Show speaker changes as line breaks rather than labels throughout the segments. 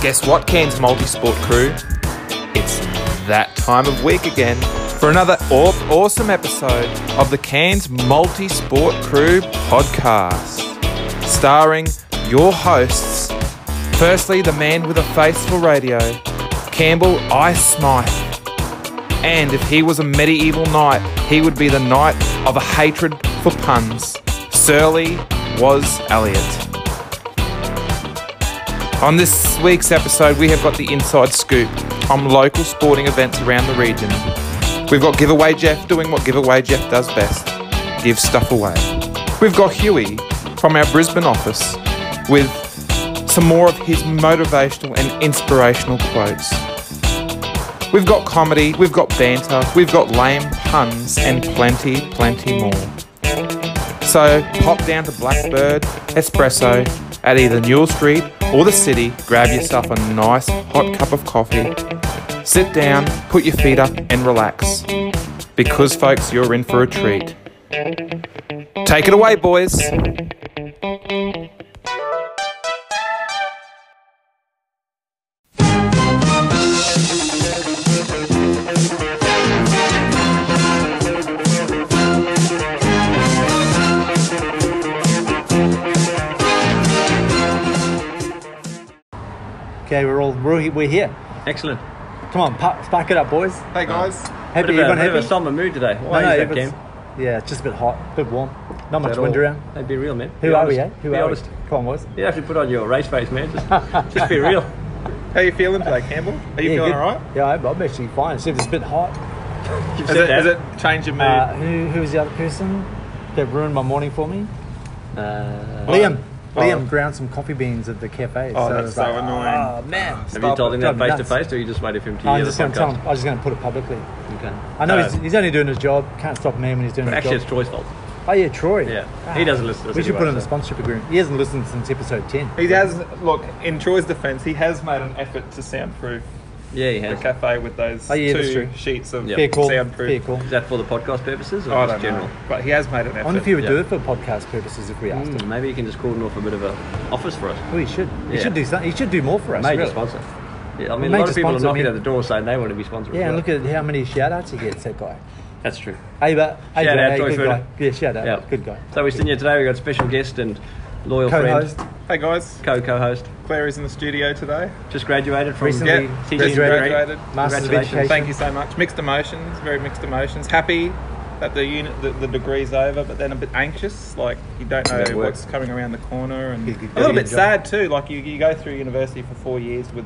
Guess what, Cairns Multisport crew? It's that time of week again for another aw- awesome episode of the Cairns Multisport Crew podcast, starring your hosts. Firstly, the man with a face for radio, Campbell I Smythe. And if he was a medieval knight, he would be the knight of a hatred for puns. Surly was Elliot. On this week's episode, we have got the inside scoop on local sporting events around the region. We've got Giveaway Jeff doing what Giveaway Jeff does best give stuff away. We've got Huey from our Brisbane office with some more of his motivational and inspirational quotes. We've got comedy, we've got banter, we've got lame puns, and plenty, plenty more. So pop down to Blackbird Espresso at either Newell Street or the city, grab yourself a nice hot cup of coffee, sit down, put your feet up, and relax. Because, folks, you're in for a treat. Take it away, boys.
Okay, we're all we're, we're here.
Excellent.
Come on, pa- back it up, boys.
Hey, guys.
Bit
Happy,
of, a,
everyone
bit of
happy?
a somber mood today. Why
No, no,
is that,
if
Cam?
it's- Yeah, it's just a bit hot, a bit warm. Not much
At
wind
all.
around.
Hey, be real, man.
Who
Be
are we?
honest.
Eh? Who
be
are
honest.
we? Come on, boys.
You don't have to put on your race face, man. Just, just be real.
How you feeling today, Campbell? Are you
yeah,
feeling
good.
alright?
Yeah, I'm, I'm actually fine. Except it's a bit hot.
You've
Has
said
it,
that.
has it changed your mood?
Uh, who who was the other person that ruined my morning for me?
Uh,
Liam.
Oh.
Liam ground some coffee beans at the cafe.
Oh,
so
that's
it's
so
like,
annoying.
Oh man.
have you told him that
Driving
face to
nuts.
face, or you just waited for him to
No, I'm
hear the
just going to tell him.
podcast?
I was just going to put it publicly.
Okay.
I know
Uh,
he's, he's only doing his job. Can't stop a man when he's doing
Actually,
his
it's
job.
Troy's fault.
Oh yeah, Troy.
Yeah.
Ah.
He doesn't listen to us
We should put
anyway,
in a
so.
sponsorship agreement. He hasn't listened since episode ten.
he has, look, in Troy's defence, he has made an effort to soundproof
Yeah, he has.
the cafe with those
Oh, yeah, that's
two
true.
sheets of
Yeah.
Fair call.
soundproof.
Fair call.
Is that for the podcast purposes or
I
just
don't
general?
know. But he has made an
I
effort.
wonder if you would do
Yeah.
it for podcast purposes if we asked
Hmm,
him.
maybe you can just cordon off a bit of a office for us.
We should. He
Yeah.
should do something. He should do more for us.
Major
really.
sponsor. Yeah, I mean,
Major
a lot of people are
sponsor,
knocking
man.
at the door saying they want to be sponsored.
Yeah, and look at how many shout outs he gets, that guy.
at that's true.
Hey, but, hey,
Shout
bro,
out,
hey,
Troy
good
Fruiter.
guy. Yeah, shout out. Good guy.
So we're sitting here today. We've got a special guest and loyal
Co-host.
friend,
Hey, guys.
co-co-host.
Claire is in the studio today.
Just graduated from
Recently
Yeah,
Teaching
just
degree.
graduated.
Masters of
Congratulations.
Education.
Thank you so much. Mixed emotions, very mixed emotions. Happy that the unit, the, the degree's over, but then a bit anxious, like you don't know
That works.
what's coming around the corner, and
You could
a little
go
bit
enjoy.
sad too. Like you, you go through university for four years with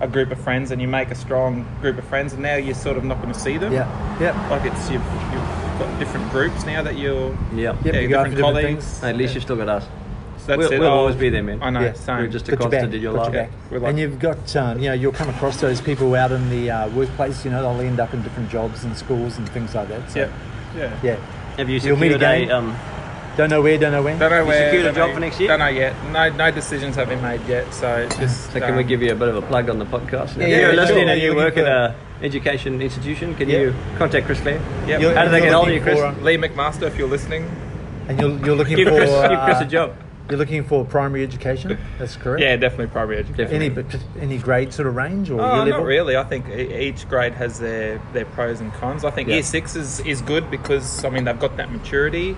a group of friends, and you make a strong group of friends, and now you're sort of not going to see them.
Yeah, yeah.
Like it's you've, you've got different groups now that you're.
Yeah.
Yep,
yeah,
you
different
go after different
colleagues.
things.
At least you've still got us.
So that's
We'll-
it.
we'll
I'll-
always be there, man.
I know.
Yeah.
Same.
We're just a
Got your back.
constant in your
got
life.
your back.
We're like-
and you've got, um, you know, you'll come across those people out in the uh, workplace, you know, they'll end up in different jobs and schools and things like that. So,
yeah. Yeah.
yeah.
Have you
You'll meet
secured a,
again.
um,
Don't know where, don't know when.
Don't know
You
where.
secured a
don't
job
know-
for next year?
Don't know yet. No, no decisions have been made yet. So it's just.
so can we
um,
give you a bit of a plug on the podcast?
Yeah,
if
yeah,
you're
yeah,
listening
sure.
and you
You're
work
looking
at a education institution, can
Yeah.
you contact Chris Clare?
Yep.
You're-
How do they
you're
get hold of you,
looking
Chris?
for, um,
Lee McMaster, if you're listening.
And you're, you're looking
Give
for.
Chris, give
uh,
Chris a job.
You're looking for primary education. That's correct.
Yeah, definitely primary education.
Any partic- any grade sort of range or
Oh,
year level?
not really. I think e- each grade has their, their pros and cons. I think
Yeah.
year six is, is good because I mean they've got that maturity,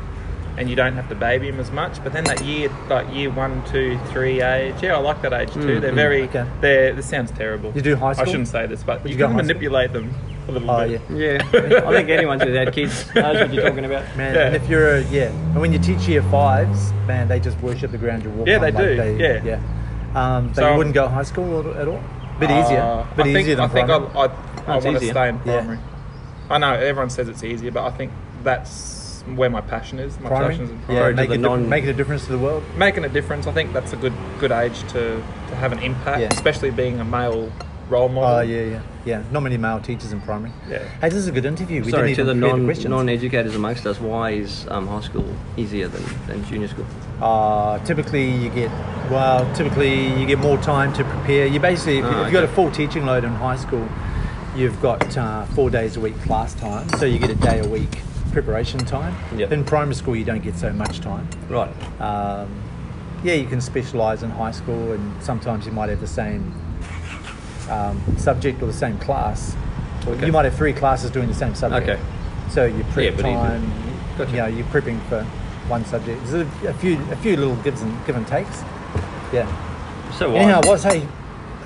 and you don't have to baby them as much. But then that year, like year one, two, three age, yeah, I like that age too. they're very.
okay.
They're. This sounds terrible.
You do high
I
school?
shouldn't say this, but
Would
you,
you go
can
high school?
manipulate them a little
Oh yeah,
bit.
Yeah. I think anyone who's had kids knows what you're talking about.
man.
Yeah.
And if you're a, yeah, and when you teach year fives, man, they just worship the ground you walk
Yeah,
on.
they
like
do. Yeah.
yeah. Um, but
So-
you wouldn't go high school at, at all. Bit easier,
Uh,
bit
I
easier
think,
than
I think
primary.
I, I, I
it's
want to
easier.
stay in
Yeah.
primary. I know everyone says it's easier, but I think that's where my passion is. My
primary.
passion is in
Yeah,
primary.
to
make
the
a,
non-
non- making a difference to the world.
Making a difference, I think that's a good good age to, to have an impact,
Yeah.
especially being a male role model.
Oh yeah, yeah, yeah. Not many male teachers in primary.
Yeah.
Hey, this is a good interview. We
Sorry,
didn't
to the
even prepare
non,
questions.
non-educators amongst us, why is um, high school easier than, than junior school?
Uh, typically, you get well. Typically, you get more time to prepare. You basically, if, you,
Ah,
if you've got
okay.
a full teaching load in high school, you've got uh, four days a week class time, so you get a day a week preparation time.
Yep.
In primary school, you don't get so much time.
Right.
Um, yeah, you can specialise in high school, and sometimes you might have the same um, subject or the same class. Or
Okay.
You might have three classes doing the same subject.
Okay.
So you prep
Yeah, but either-
time.
Gotcha.
You know, you're prepping for one subject. There's a, a few, a few little gives and give and takes. Yeah.
So what?
Anyhow, what's hey?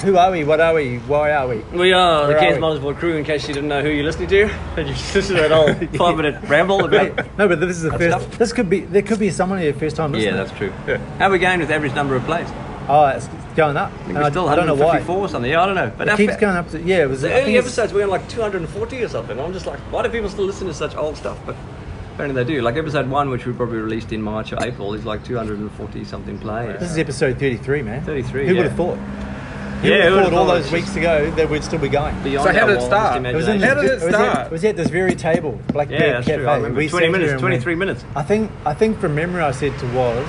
Who are we? What are we? Why are we?
We are the
Where are
Cairns
we?
Motorsport crew, in case you didn't know who you're listening to. And you listened to that old five minute ramble
Wait,
about.
no, but this is the
That's
first. This could be. There could be someone here first time
Yeah,
listening.
that's true. How are we going with average number of plays?
Oh, it's going up.
I think
and
we're still
I, I don't know why.
154 or something. Yeah, I don't know. But
It
our
keeps
fa-
going up. To, yeah, it was.
The
I think
early
it's-
episodes we were on like 240 or something. I'm just like, why do people still listen to such old stuff? But apparently they do. Like episode one, which we probably released in March or April, is like 240 something plays.
This is episode 33, man.
33,
Who
yeah.
would have thought? Who
Yeah,
would have
who would
thought
have
all
thought
those
it's
weeks ago that we'd still be going?
Beyond
So how
our
did it
wildest
start?
It was in
imagination.
How did it
it was at-
start?
it was at this very table, Black
Yeah,
Bear
that's
Cafe.
true. I remember.
We
20
sat
minutes,
here and
23
went-
minutes.
I think, I think from memory, I said to Was,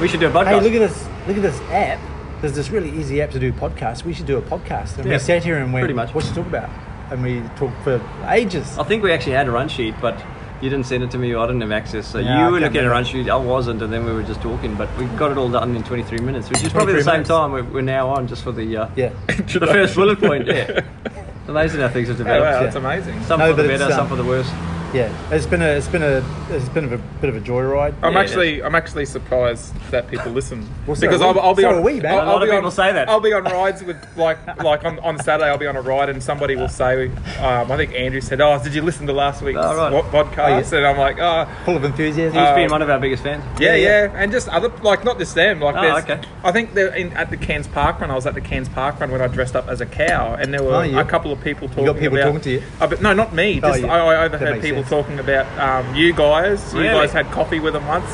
We should do a podcast.
"Hey, look at this! Look at this app. There's this really easy app to do podcasts. We should do a podcast." And
Yeah,
we sat here and went,
pretty much. Oh.
"What should we talk about?" And we talked for ages.
I think we actually had a run sheet, but you didn't send it to me. or I didn't have access. So
Yeah, I
you were
can't
looking at
remember.
a run sheet. I wasn't, and then we were just talking. But we got it all done in 23 minutes, which is probably
23
the same
minutes.
time we're, we're now on, just for the uh,
Yeah.
the first bullet point. Yeah, It's amazing how things have
Oh, wow,
developed.
that's amazing.
Some
No,
for the
but it's,
better, some
um,
for the worse.
Yeah, it's been a it's been a it's been a bit of a joyride.
I'm
Yeah,
actually, I'm actually surprised that people listen
Well, so
because
are we.
I'll, I'll be
So
on.
are we,
I'll,
man. A
lot
I'll
of
be
people
on,
say that.
I'll be on rides with like, like on, on Saturday, I'll be on a ride and somebody will say, um, I think Andrew said, "Oh, did you listen to last week's
Oh, right.
what podcast?" And I'm like, "Oh,
full of enthusiasm.
He's
Uh,
been one of our biggest fans.
Yeah,
Yeah,
yeah, and just other like not just them. Like,
Oh,
there's,
okay.
I think they're in, at the Cairns Park Run. I was at the Cairns Park Run when I dressed up as a cow, and there were
Oh, yeah.
a couple of people talking.
people
about,
talking to you?
Oh, but no, not me.
Oh,
Just
yeah.
I, I
That
overheard
makes
people
sense.
talking about um, you guys. You
Really?
guys had coffee with them once,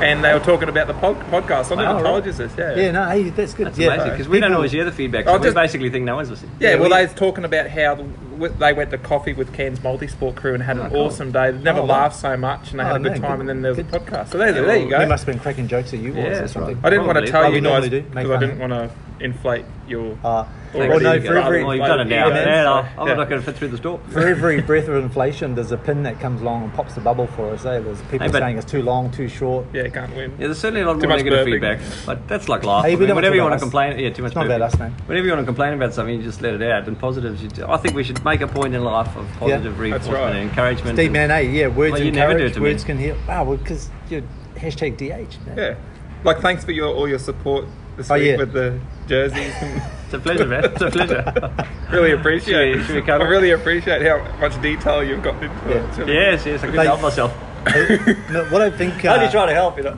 and they were talking about the pod- podcast. I never
Wow,
told
right.
you this. Yeah.
Yeah, no, hey, that's good.
That's
yeah.
amazing because we don't
People-
always hear the feedback.
Oh,
So we
just-
basically think no one's listening.
Yeah,
Yeah,
well,
we-
they was talking about how the, w- they went to coffee with Cairns Multisport crew and had
Oh,
an
cool.
awesome day. They never
Oh, wow.
laughed so much, and they
Oh,
had a good
man,
time.
good-
And then there was a
good.
podcast. So there,
Yeah,
there you go.
Oh, They must have been cracking jokes at you
Yeah,
was or
that's
something.
right.
I didn't want to
Probably.
tell
Oh,
you
we
guys
normally do. Make
because I
fun
didn't
of
want to inflate your.
Uh,
Thanks.
well, no,
Thanks.
for every,
well, you've done it now.
Yeah,
Yeah,
man.
I'll- I'm
Yeah.
not going to fit through this door.
for every breath of inflation, there's a pin that comes along and pops the bubble for us. Eh? There's people
Hey, but-
saying it's too long, too short.
Yeah, you can't win.
Yeah, there's certainly a lot
Too
more
much
negative
burping.
feedback, but that's like life.
Hey,
I
we
mean,
don't
whenever
talk
you
about
want to
us.
complain, yeah, too much.
It's not about
burping.
us, man.
Whenever you want to complain about something, you just let it out. And positives, you do. I think we should make a point in life of positive
That's
reinforcement
right.
and encouragement.
Steve,
and-
man, eh? hey, yeah, words
Well, you never do it
encourage,
to me.
words can heal. Wow, well, because you're hashtag DH, man.
Yeah. Like, thanks for your all your support this
Oh,
week
yeah.
with the jerseys. and
It's a pleasure, man. It's a pleasure.
really appreciate
Should we- should we
it.
cover
I
it?
really appreciate how much detail you've got into it.
Yeah.
It's really-
yes, yes, I couldn't
Like-
help myself.
No, what I think,
I Only
uh,
trying to help, you know.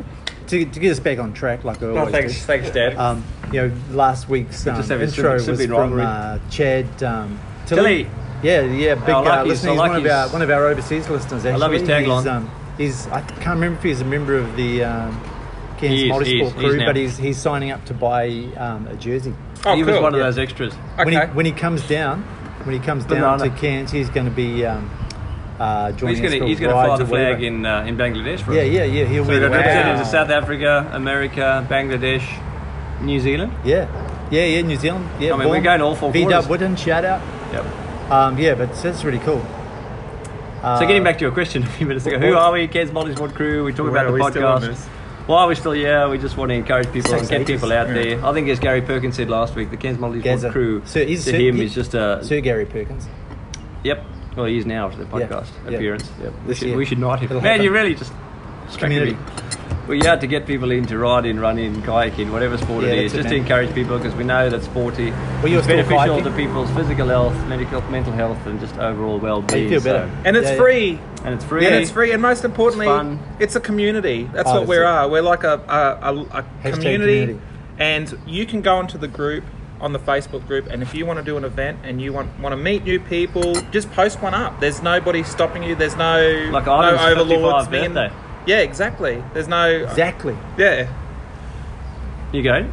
to, to get us back on track, like I always
Oh, thanks,
do.
thanks, Dad.
Um, you know, last week's um,
just have a
intro
sip- sip
was
in
from
rivalry.
uh, Chad um,
Tilly.
Yeah, yeah, big
I like
uh,
his-
listener.
I
He's
like
one of
his-
our one of our overseas listeners. Actually,
love his
He's,
tagline.
um, he's I can't remember if he's a member of the um, Cairns
He is, he
Motorsport
is, he is
crew,
now.
but he's he's signing up to buy um, a jersey.
Oh,
he was
cool.
one of
Yeah.
those extras.
When
Okay.
he when he comes down, when he comes down to
Banana.
Cairns, he's going to be um, uh, joining
He's
us
going to
for
he's going to fly
rides
the
or whatever.
flag in uh, in Bangladesh for
Yeah,
us.
yeah, yeah. He'll
So
be
we've got
Wow.
representatives of South Africa, America, Bangladesh, New Zealand.
Yeah, yeah, yeah. New Zealand. Yeah,
I mean, we're
Vaughan.
going all four
V Dub
corners.
Wooden, shout out.
Yep.
Um, yeah, but it's, it's really cool. Uh,
So getting back to your question a few minutes ago, who are we? Cairns Motorsport Crew. We talk
Why
about
are
the
we still on
podcast.
this?
Why are we still here? We just want to encourage people and
Takes
get
ages.
people out
Yeah.
there. I think as Gary Perkins said last week, the Cairns Motorsport
Gazza.
Crew
uh, So he's-
to
so
him
he-
is just a
Sir Gary Perkins.
yep. Well, he is now after the podcast
yeah.
appearance. Yep. We
This
should
year.
we should not have.
It'll
Man,
happen.
you really just struck
Community.
me. We're here to get people into riding, running, kayaking, whatever sport
Yeah,
it
that's
is,
it,
just to
man.
encourage people because we know that sporty
you're
is
still
beneficial
kayaking?
to people's physical health, medical, mental health, and just overall well-being.
feel better.
So-
And it's
Yeah, yeah.
free.
and it's free.
And it's free, and most importantly,
It's fun.
it's, a community. That's
Oh,
what
that's
we
it.
are. We're like a, a, a, a
Hashtag
community,
community.
and you can go into the group on the Facebook group, and if you want to do an event and you want want to meet new people, just post one up. There's nobody stopping you. There's no
Like
no
Ivan's 55
overlords being.
birthday.
Yeah, exactly. There's no
Exactly.
yeah.
You go.
You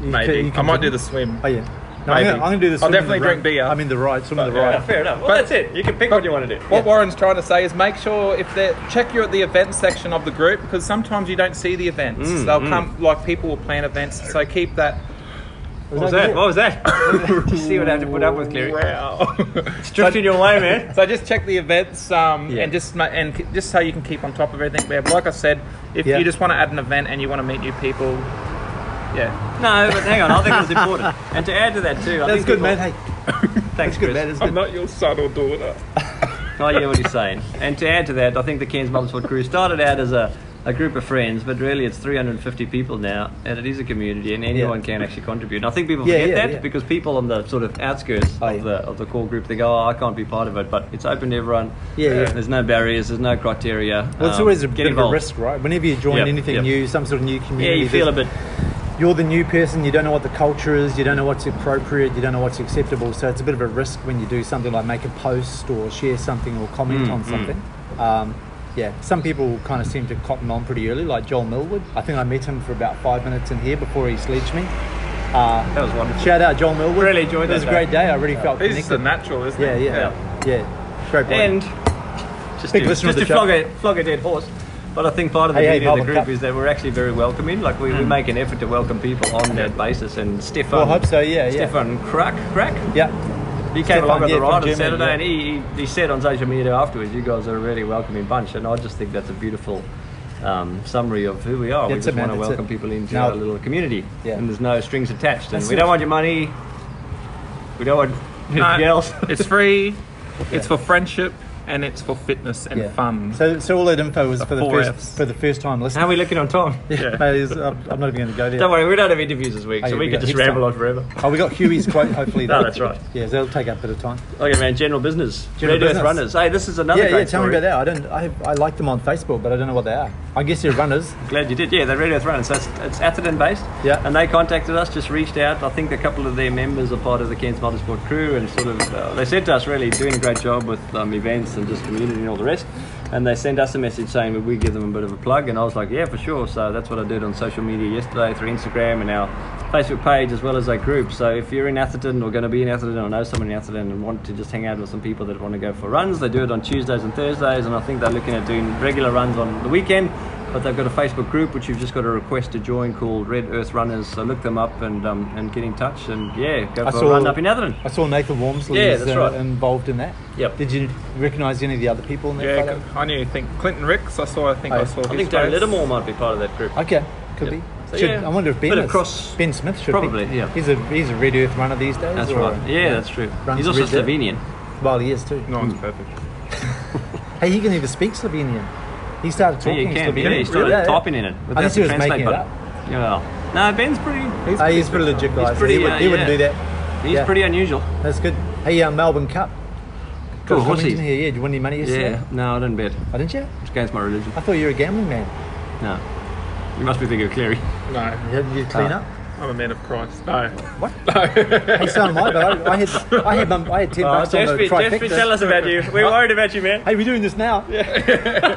Maybe
can- you
I
can
might
do-
do the swim.
Oh yeah. No, I'm
Maybe.
gonna, I'm gonna do this.
I'll definitely drink beer.
I'm in the ride. Swim in the
Yeah.
ride.
Fair enough. Well,
But-
that's it. You can pick what you want to do.
What Warren's trying to say is make sure if they are check you at the events section of the group because sometimes you don't see the events.
Mm,
They'll come like people will plan events, so keep that.
What was that? What was that? Just see what I have to put up with, Cleary.
Wow.
It's drifting your way, man.
so just check the events um,
Yeah.
and just ma- and k- just so you can keep on top of everything. We have, like I said, if
Yeah.
you just want to add an event and you want to meet new people, yeah,
No, but hang on. I think it's important. And to add to that too, I
That's
think
good,
people-
man. Hey,
Thanks,
good,
Chris.
man, it's
I'm
good.
not your son or daughter.
I hear what you're saying. And to add to that, I think the Cairns Motorsport Crew started out as a, a group of friends, but really it's 350 people now, and it is a community, and anyone
Yeah.
can actually contribute. And I think people
Yeah,
forget
yeah,
that
yeah.
because people on the sort of outskirts
Oh,
of,
yeah.
the, of the core group, they go, oh, I can't be part of it, but it's open to everyone.
Yeah, yeah.
There's no barriers, there's no criteria.
Well, it's
Um,
always a
get
bit of a
involved.
risk, right? Whenever you join
Yep,
anything
yep.
new, some sort of new
Yeah,
community,
you feel a
there's-
bit.
You're the new person. You don't know what the culture is. You don't know what's appropriate. You don't know what's acceptable. So it's a bit of a risk when you do something like make a post or share something or comment
Mm,
on
mm.
something. Um, yeah, some people kind of seem to cotton on pretty early, like Joel Millwood. I think I met him for about five minutes in here before he sledged me. Uh,
That was wonderful.
Shout out Joel Millwood.
Really enjoyed
it. It was a
that
great
day.
day. I really felt
He's just a
connected.
natural, isn't
Yeah,
he?
yeah, yeah, Great point.
And just
Big
to,
listener of
just
the
to
show.
flog a, flog a dead horse. But I think part of the
Hey, hey,
beauty of the
Melbourne
group
Cup. Mm.
is that we're actually very welcoming. Like we, we make an effort to welcome people on that basis. And Stefan,
Well, I hope so, yeah, yeah.
um, Stefan Krak, Krak,
yeah.
he came
Stefan,
along on
yeah,
the
from
ride on
Germany,
Saturday,
yeah.
and he, he he said on social media afterwards, "You guys are a really welcoming bunch." And I just think that's a beautiful um, summary of who we are. we
That's
just
it, man,
want to
that's
welcome
it.
people into
Now-
our little community,
Yeah.
and there's no strings attached. And
That's
we
it.
don't want your money. We don't want anything
No,
else.
Uh, it's free. It's
Yeah.
for friendship and it's for fitness and
yeah.
fun.
So, so all that info was
The
for the
four
first
Fs.
for the first time listener.
How are we looking on time?
Yeah.
Mate, it's- I'm, I'm not even going to go there.
Don't worry, we don't have interviews this week,
Oh,
so
yeah,
we
we
can
got
just
heaps
ramble
time.
on forever.
Oh, we got Huey's quote. Hopefully,
No,
that-
that's right.
Yeah, that'll take up a bit of time.
Okay, man, general business.
General
Red
business.
Earth Runners. Hey, this is another
yeah,
great
yeah. Tell
story.
me about that. I don't. I, I like them on Facebook, but I don't know what they are. I guess they're runners.
Glad you did. Yeah, they're Red Earth Runners. That's it's Atherton based.
Yeah.
And they contacted us, just reached out. I think a couple of their members are part of the Cairns Motorsport crew, and sort of uh, they said to us, really doing a great job with um, events and just community and all the rest. And they sent us a message saying would we give them a bit of a plug, and I was like, yeah, for sure. So that's what I did on social media yesterday through Instagram and our Facebook page as well as our group. So if you're in Atherton or going to be in Atherton or know someone in Atherton and want to just hang out with some people that want to go for runs, they do it on Tuesdays and Thursdays, and I think they're looking at doing regular runs on the weekend. But they've got a Facebook group which you've just got a request to join called Red Earth Runners. So look them up and um, and get in touch and yeah, go
I
for
saw-
a run up in Atherton.
I saw Nathan Wormsley
Yeah,
is,
that's
uh,
right.
involved in that.
Yep.
Did you recognise any of the other people in that
Yeah,
photo?
I knew. Think Clinton Ricks. I saw. I think
Oh,
I
yeah.
saw.
I
his
think Darren
face.
Littlemore might be part of that group.
Okay, could
Yep.
be.
So,
Should,
yeah,
I wonder if Ben
bit of
is-
cross-
Ben Smith should
probably,
be.
yeah.
He's a he's a Red Earth runner these days.
That's
or-
right. Yeah, that's true.
Runs
He's also
Red Earth.
Slovenian.
Well, he is too.
No, it's perfect.
Hey, he can even speak Slovenian. He started
Yeah,
talking
you can.
Slovenian.
Yeah, he started
Yeah, yeah.
typing in it. without
Unless he
the
was
translate
making it
button.
up.
Yeah. Well, no, Ben's pretty.
He's, hey, he's pretty legit, guys.
pretty,
he would,
uh,
he wouldn't
yeah.
do that.
He's
Yeah.
pretty unusual.
That's good. Hey, uh, Melbourne Cup.
Cool,
Got a comment
horsies.
in Here, yeah. Did you win any money yesterday?
Yeah. No, I didn't bet.
Oh, didn't you?
It's against my religion.
I thought you were a gambling man.
No. You must be thinking of Cleary.
Oh,
No,
Did you clean
Ah.
up?
I'm a man of Christ. No.
What? hey, so am I, but I, I had I had my, I had
Oh,
ten bucks on the trifecta.
us about you. We're worried about you, man.
Hey, we're doing this now. Yeah.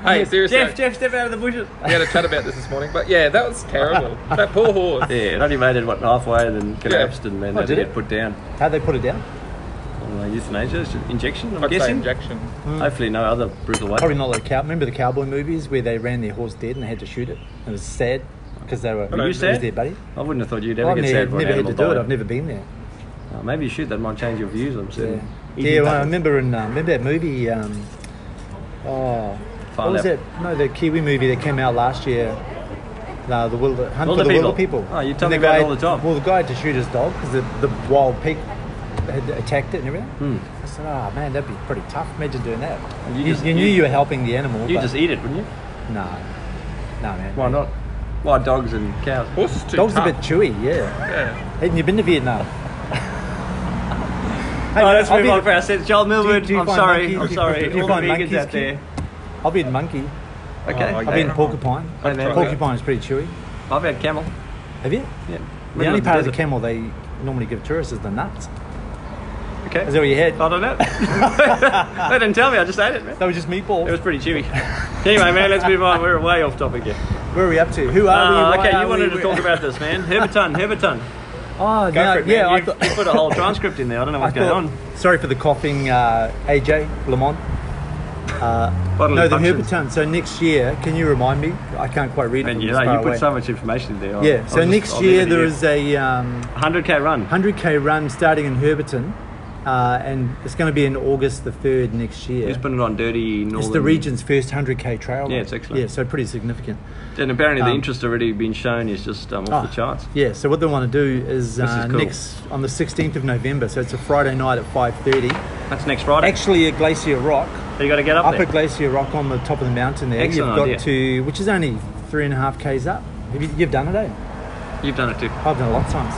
Hey, seriously.
Jeff, Jeff, step out of the bushes.
We had a chat about this this morning, but yeah, that was terrible. that poor horse.
Yeah, it only made it what halfway, and then collapsed, and then
Oh,
had to
did
get
it?
put down.
How'd they put it down?
Uh, euthanasia sh- injection. I'm
I'd say
guessing.
injection.
Hopefully, no other brutal way.
Hmm. Probably not like cow. Remember the cowboy movies where they ran their horse dead and they had to shoot it? It was sad because they were.
Were you
it
sad?
Was their buddy?
I wouldn't have thought you'd ever
I've
get
never,
sad for an
never had
animal
to do it.
dying.
I've never been there.
Uh, maybe you should. That might change your views. I'm
Yeah,
certain.
yeah well, I remember in uh, remember that movie. Um, oh, what
Farm
was
Lab.
that? No, the Kiwi movie that came out last year. No, the Wilder, Hunt
Wilder
for the Wilder
People.
People.
Oh, you
And
tell me
the
about it
guy-
all the time.
Well, the guy had to shoot his dog because the, the wild pig had attacked it and everything. I said, oh man, that'd be pretty tough. Imagine doing that.
Hmm. And you
You,
just-
you knew
you-
you were helping the animal.
You
but
just eat it, wouldn't you?
no, no man.
Why not? Why dogs and cows?
Horse too
Dog's
tough.
a bit chewy, yeah.
Yeah.
Hadn't you been to Vietnam? Hey,
All right, let's
I've
move
been-
on for our sets. Joel Millwood,
do you
I'm
find
sorry,
monkeys-
I'm
do you-
sorry.
do you
All the
find
vegans
monkeys
out there.
I've been monkey.
Okay.
Oh,
I've been
Yeah.
porcupine.
Hey, man.
Porcupine is pretty chewy.
I've had camel.
Have you?
Yeah.
The only part of the camel
camel.
they normally give tourists is the nuts.
Okay.
Is that what you had?
I don't know. they didn't tell me. I just ate it, man.
They were just meatballs.
It was pretty chewy. anyway, man, let's move on. We're way off topic here.
Where are we up to? Who are
Uh,
we? Why
okay,
are
you wanted
we?
to talk about this, man. Herberton, Herberton.
Oh,
Go
no,
for it, man.
yeah. I
you,
thought.
you put a whole transcript in there. I don't know
I
what's going
thought
on.
sorry for the coughing, uh, AJ Lamont. Uh,
Bodily
no, the
functions.
Herberton. So next year, can you remind me? I can't quite read it.
And
from
you,
this
know,
far
you put
away.
so much information in there. I'll-
Yeah.
I'll
So
just-
next
I'll leave
year
it here.
there is a um,
100k run.
100k run starting in Herberton, uh, and it's going to be in August the third next year.
Just putting it on dirty northern.
It's the region's first 100k trail.
Yeah,
run.
it's excellent.
Yeah, so pretty significant.
And apparently the
um,
interest already been shown is just um, off
Oh,
the charts.
Yeah, so what they want to do is,
This is
uh,
cool.
next on the 16th of November, so it's a Friday night at 5:30.
That's next Friday.
Actually, at Glacier Rock,
so you got to get up,
up
there.
at Glacier Rock on the top of the mountain there.
Excellent
you've got
idea.
to, which is only three and a half k's up. Have you, you've done it, eh?
You've done it too.
I've done it a lot of times.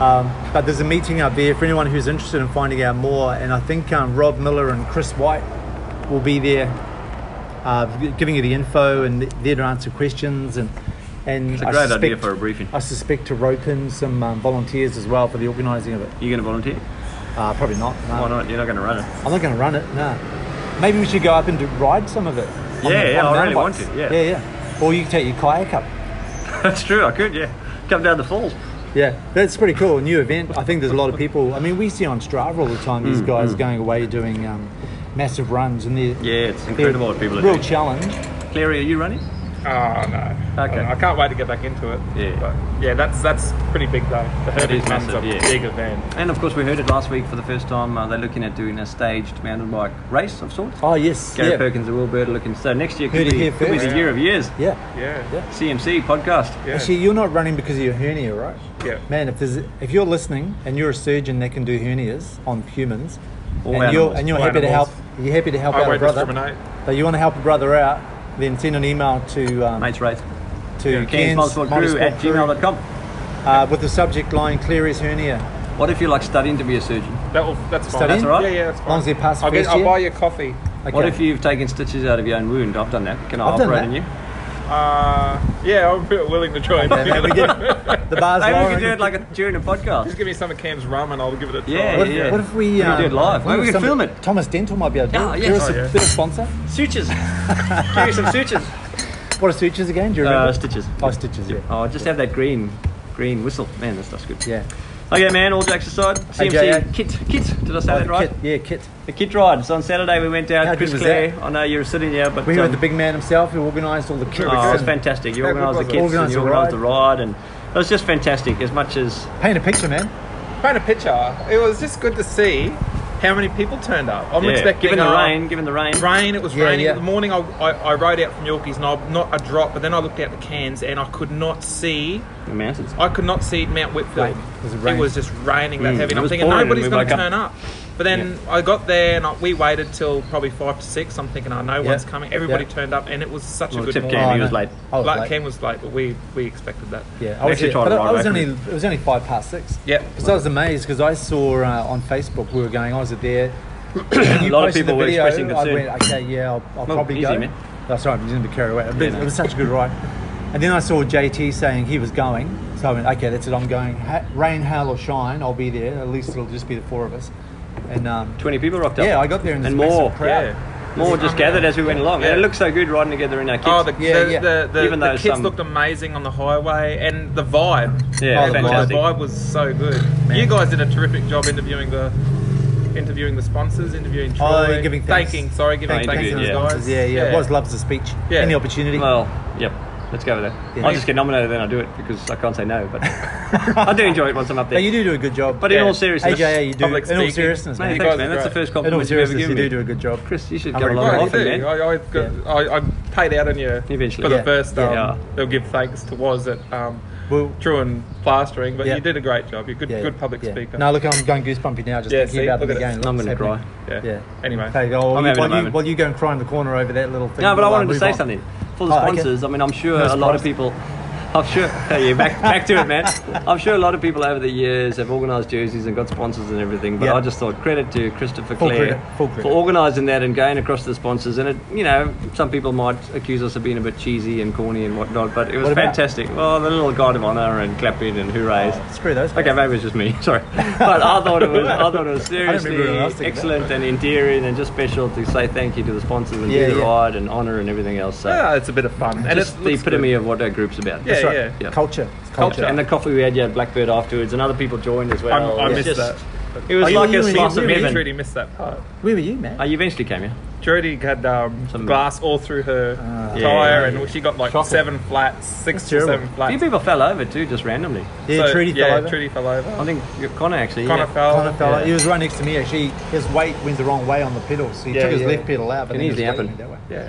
Um, but there's a meeting up there for anyone who's interested in finding out more. And I think um, Rob Miller and Chris White will be there, uh, g- giving you the info and there to answer questions. And and
It's a great idea for a briefing.
I suspect to rope in some um, volunteers as well for the organising of it.
You going to volunteer?
Uh, probably not. no.
Why not? You're not going to run it.
I'm not going to run it. No. Maybe we should go up and do, ride some of it. on
Yeah,
the-
yeah,
on
I
mountain
really want
bikes.
to, yeah.
yeah, yeah. Or you can take your kayak up.
That's true. I could. Yeah. Come down the falls.
Yeah, that's pretty cool. New event. I think there's a lot of people. I mean, we see on Strava all the time these
Mm,
guys going away doing um, massive runs, and they're,
Yeah, it's
they're
incredible what people are
real
doing.
challenge.
Clary, are you running?
Oh no.
Okay.
I can't wait to get back into it.
Yeah.
But yeah, that's that's pretty big though. The
That
herding
is
man's a
massive, yeah.
big event.
And of course, we heard it last week for the first time. Uh, they're looking at doing a staged mountain bike race of sorts.
Oh yes,
Gary
yeah,
Perkins and Will Bird are looking. So next year could
Heard it
be,
here
could be the
first.
year of years.
yeah.
Yeah.
Yeah.
CMC podcast.
Yeah.
Actually, you're not running because of your hernia, right?
Yeah.
Man, if there's if you're listening and you're a surgeon that can do hernias on humans,
All
and you're
animals.
and you're
All
happy
animals.
to help, you're happy to help
I
out a
won't
brother,
discriminate.
but you want to help a brother out, then send an email to um,
Mates race.
to
Cairns Motorsport Crew at
Crew,
gmail.com.
uh, with the subject line Clary's hernia.
What if you're like studying to be a surgeon?
That will, that's fine.
Study? That's
yeah,
all right.
yeah, that's
As
fine.
long as they pass
I'll,
first
I'll
year.
buy you coffee.
What
Okay.
if you've taken stitches out of your own wound? I've done that. Can I
I've done
operate
that.
on you?
Uh, yeah, I'm pretty willing to try.
Yeah, maybe we get the bars
Maybe we
lowering.
could do it like a, during a podcast.
Just give me some of Cam's rum and I'll give it a try.
Yeah,
What, if-
yeah.
what if we?
could
um,
do it live.
what
Maybe
if
we could
somebody-
film it.
Thomas Dental might be able to do
Oh,
it.
yes.
They're a
Oh,
su-
yeah.
they're a sponsor.
Sutures. Give me some sutures.
What are stitches again? Do you remember?
Uh, stitches.
Oh, stitches. Yeah.
Oh, just have that green, green whistle. Man, that stuff's good.
Yeah.
Okay, man. All jokes aside,
Hey,
CMC
JA.
kit, kit. Did I say
Oh,
that right?
Kit. Yeah, Kit.
The kit ride. So on Saturday we went down.
How
to
good
Chris
was
Clare.
that?
I know you were sitting here, but
We heard
um,
the big man himself who organised all the kits.
Oh, it was
and-
fantastic. You
How good
organised the
was it?
kits and
Organised
you
the
organised the
ride.
ride, and it was just fantastic. As much as
Paint a picture, man.
Paint a picture. It was just good to see how many people turned up. I'm
yeah,
expecting
given the
uh,
rain, given the rain,
Rain. It was
Yeah,
raining.
yeah.
In the morning, I, I, I rode out from Yorkies and I not a drop, but then I looked out the cans and I could not see.
the mountains.
I could not see Mount Whitfield.
Rain. It was
It was,
rain.
just raining that
Mm,
heavy.
it
And I'm
was
thinking
pouring when
nobody's
we
going
woke
to
up.
turn up. But then I got there and I, we waited till probably five to six. I'm thinking, oh, no one's coming. Everybody
Yeah.
turned up and it was such a
Well,
good
tip
morning.
Cam, he
no.
was late.
Oh, I was
like
late.
Cam was late, but we we expected that.
Yeah,
I
I was,
actually
here,
tried
but
to
I-
ride
I was
away
only
from
it was only five past six.
Yep.
Because I was amazed because I saw uh, on Facebook we were going. I was there. a
lot of people were expressing
I
concern.
went, okay, yeah, I'll, I'll
Well,
probably
easy,
go.
man.
That's right. I'm just going to carry away. But
no.
It was such a good ride. And then I saw JT saying he was going, so I went, okay, that's it. I'm going. Ha- rain, hail, or shine, I'll be there. At least it'll just be the four of us. And um,
Twenty people rocked up.
yeah, I got there in this
and
massive
more.
crowd.
Yeah.
More just gathered as we went along, and it
Yeah.
looked so good riding together in our kits.
Oh, the,
Yeah,
the,
yeah.
the, the,
Even
the
though
kids
some-
looked amazing on the highway and the vibe.
Yeah,
Oh, the
The
fantastic.
vibe was so good.
Man.
You guys did a terrific job interviewing the interviewing the sponsors, interviewing Troy,
Oh, giving thanks.
thanking, sorry, giving
Thank
thanks,
you,
to
yeah.
the guys.
Yeah, yeah, It was loves the speech.
Yeah.
Any opportunity.
Well, yep. Let's go with that.
Yeah.
I'll just get nominated, then I do it because I can't say no. But I do enjoy it once I'm up there.
But you do do a good job.
But in all seriousness,
AJA, you do.
public
In all
speaking.
seriousness,
Mate,
man.
you
thanks,
guys
man.
are
That's
great.
the first
In all
compliment you've ever
seriousness, you
given
do
me.
do a good job.
Chris, you should
I'm
get
very
along
Right,
proud
I
of
often,
do.
man.
I, I, got,
Yeah.
I, I paid out on you
Eventually.
for the
Yeah.
first. Um,
Yeah.
They'll give thanks to Was at um,
Well-
True and Plastering, but
Yeah.
you did a great job. You're a good, good public
yeah.
speaker.
No, look, I'm going goosebumpy now just
Yeah,
thinking
see?
about them
Look at it.
again.
I'm
Look,
going to
it's
cry.
happening.
yeah.
Yeah.
Anyway.
Okay, well,
I'm
you,
having a
while, you,
moment.
while you go and cry in the corner over that little thing.
No, but
we'll,
I
uh,
wanted to
move
say
on.
something for
Oh,
the
okay.
sponsors. I mean, I'm sure
No
a lot of
surprise.
people. I'm sure. Hey, yeah, back back to it, man. I'm sure a lot of people over the years have organised jerseys and got sponsors and everything. But
Yeah.
I just thought credit to Christopher
Full
Clare
credit, full credit.
for organising that and going across the sponsors. And it, you know, some people might accuse us of being a bit cheesy and corny and whatnot, but it was
What about?
fantastic. Well, the little guard of honour and clapping and hoorays.
Screw those.
Okay, maybe it's just me. Sorry, but I thought it was. I thought it was
remember
seriously
everyone else thinking that.
excellent and endearing and just special to say thank you to the sponsors and
Yeah,
do the
yeah.
ride and honour and everything else. So
Yeah, Ah, it's a bit of fun. And
just
it
the
looks good.
epitome of what our group's about.
Yeah,
That's right.
yeah.
Yeah.
Culture. It's culture.
And the coffee we had, you had Blackbird afterwards, and other people joined as
I'm-
well.
I
It's
missed
just-
that.
It was
Oh, you-
like
you
a
were in-
slice
you
of
were in
Really,
heaven.
truly missed that part.
Where were you,
Oh,
man?
you eventually came, yeah?
security had um,
Some-
glass all through her
Ah.
tire,
Yeah.
and she got like
Shocking.
seven flats, six
That's
or
terrible.
seven
A few
flats.
people fell over too, just randomly.
Yeah,
So,
Trudy
yeah,
fell over.
Trudy fell over.
I think Connor actually.
Connor
yeah.
fell.
Kind of fell
Yeah.
over. He was right next to me actually. His weight went the wrong way on the pedals. So he
Yeah,
took his
yeah.
left pedal out, but
Can
then his
easily
weight
happen.
went that way.
Yeah.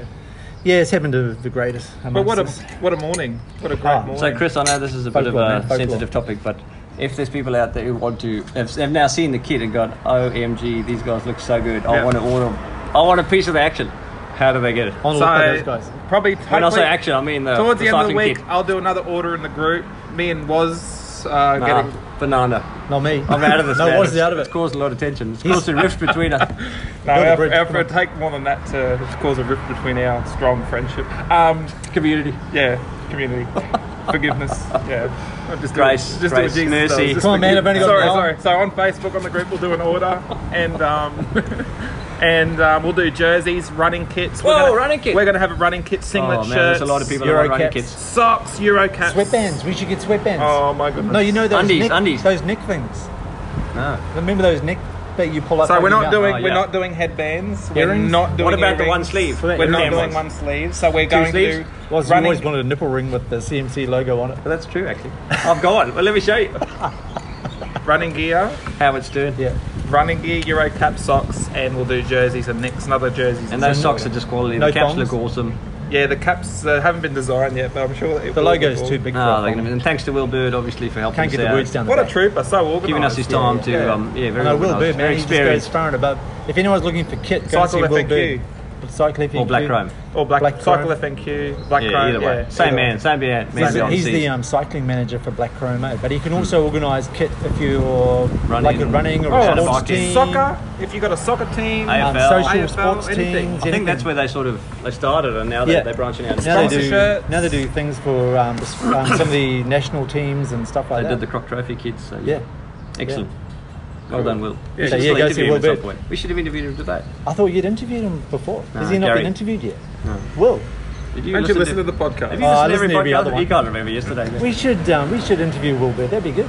Yeah, it's happened to the greatest.
But what a
amongst us.
what a morning! What a great
Ah.
morning.
So, Chris, I know this is a bit of
Folklore, man,
a
folklore.
sensitive topic, but if there's people out there who want to have, have now seen the kit and gone, "OMG, these guys look so good! I
Yeah.
want to order. 'em. I want a piece of the action." How do they get it?
On
So,
look at those guys.
probably
When I say
hopefully-
action, I mean the
towards the end of the
cycling
week,
kit.
I'll do another order in the group. Me and Woz uh,
Nah,
getting
banana.
Not me.
I'm out of this.
No,
man.
what's out of
It's
it?
caused a lot of tension. It's caused a rift between us.
No,
Build a
our,
bridge,
our,
come
it'd
on.
take more than that to cause a rift between our strong friendship. Um,
Community.
yeah, community, forgiveness. Yeah, I'm just
Grace,
doing, just
grace,
doing Jesus
mercy.
stuff, just
Come on, man,
forgive-
I've only got
sorry,
an hour.
sorry. So on Facebook, on the group, we'll do an order, and um, and um, we'll do jerseys, running kits. We're
Whoa,
gonna-
running kit.
We're gonna have a running kit, singlet,
oh man,
shirts,
there's a lot of people that
Euro
want running
caps.
kits.
socks, Euro caps,
Sweatbands. We should get sweatbands.
Oh my goodness.
No, you know those
Undies,
neck,
undies.
those neck things.
No.
Remember those neck that you pull up.
So
over
we're
your
not
mouth?
doing
Oh,
we're
yeah.
not doing headbands. We're
Earrings?
not doing
What about the
earrings.
one sleeve?
So that
We're not
Earrings.
doing one sleeve, so we're going to
sleeves?
Well, you
running.
always wanted a nipple ring with the CMC logo on it.
Well, that's true, actually. I've got one. Well, let me show you
running gear,
how it's doing.
Yeah.
running gear, Euro cap socks, and we'll do jerseys and next another jerseys.
And those
So no-
socks are just quality.
no
the caps
thongs?
look awesome.
yeah, the caps uh, haven't been designed yet, but I'm sure that it
The
will
logo is
be
too big for
Ah,
a
they're gonna
thong.
be- and thanks to Will Bird, obviously, for helping
Can't
us
get the
out.
words down. the
What a
back.
trooper! So organised.
Giving us his time to, um, yeah, very
I know Will
organised,
Bird, man,
very
he just goes
experienced.
far and above. If anyone's looking for kit, go
Cycle
see Will
FAQ.
Bird. Cycle FAQ.
Or Black Chrome.
or black,
Black
cycle
Chrome.
FNQ, black
Yeah,
chrome.
either way.
yeah,
same
either way.
man, same man.
He's,
man
he's the um, cycling manager for Black Chrome, eh? but he can also organise kit if you're like
Running.
a running or
Oh,
a
Shadow
sports
Barking.
team,
Soccer. If you got a soccer team,
I-
um,
AFL,
social
AFL,
sports
anything. I
teams.
think
I think that's
anything.
where they sort of they started, and now they,
Yeah.
they're branching out.
now they
They
do.
sponsorships.
Now they do things for um, s- um, some of the national teams and stuff like
did
that.
the Croc Trophy kids. So
yeah,
excellent. Well done, Will.
Yeah,
We should
yeah,
still
go
interview
see
him
Will
at some
Bird.
point. We should have interviewed him today.
I thought you'd interviewed him before. Has
No,
he not
Gary.
been interviewed yet?
No.
Will.
Did you
Don't you
Oh, listen,
listen to
to,
the
Have
podcast?
you
Oh, I
listened to every
listened to every
podcast?
other one.
You can't remember yesterday. man.
We should um, we should interview Will Bird. That'd be good.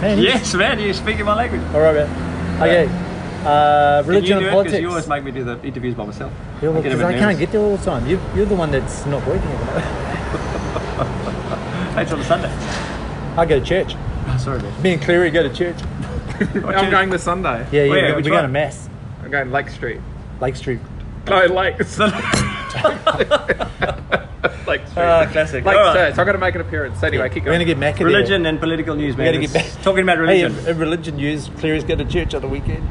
Man, he's-
yes, man, you're speaking my language.
All right, man. Okay. Uh,
Can you
religion
do
and
it? 'Cause you always
politics.
make me do the interviews by myself.
Yeah, well,
I get a
'cause
bit
I can't
nervous.
get there all the time. You, you're the one that's not working at the moment.
It's on a Sunday.
I go to church.
Oh, sorry, man.
Me and Cleary go to church.
I'm going this Sunday.
Yeah, yeah.
Where?
we
Which
we go
one?
to mass.
I'm going Lake Street.
Lake Street.
No, Lake. Lake Street.
Ah, classic.
Uh, Like
All
so,
right.
so I'm going to make an appearance. Anyway, keep
We're gonna
going.
get Mac in there.
Religion and political news,
gotta
man.
get
It's-
back-
Talking about
Hey,
religion.
in, in religion news, Cleary's go to church on the weekend.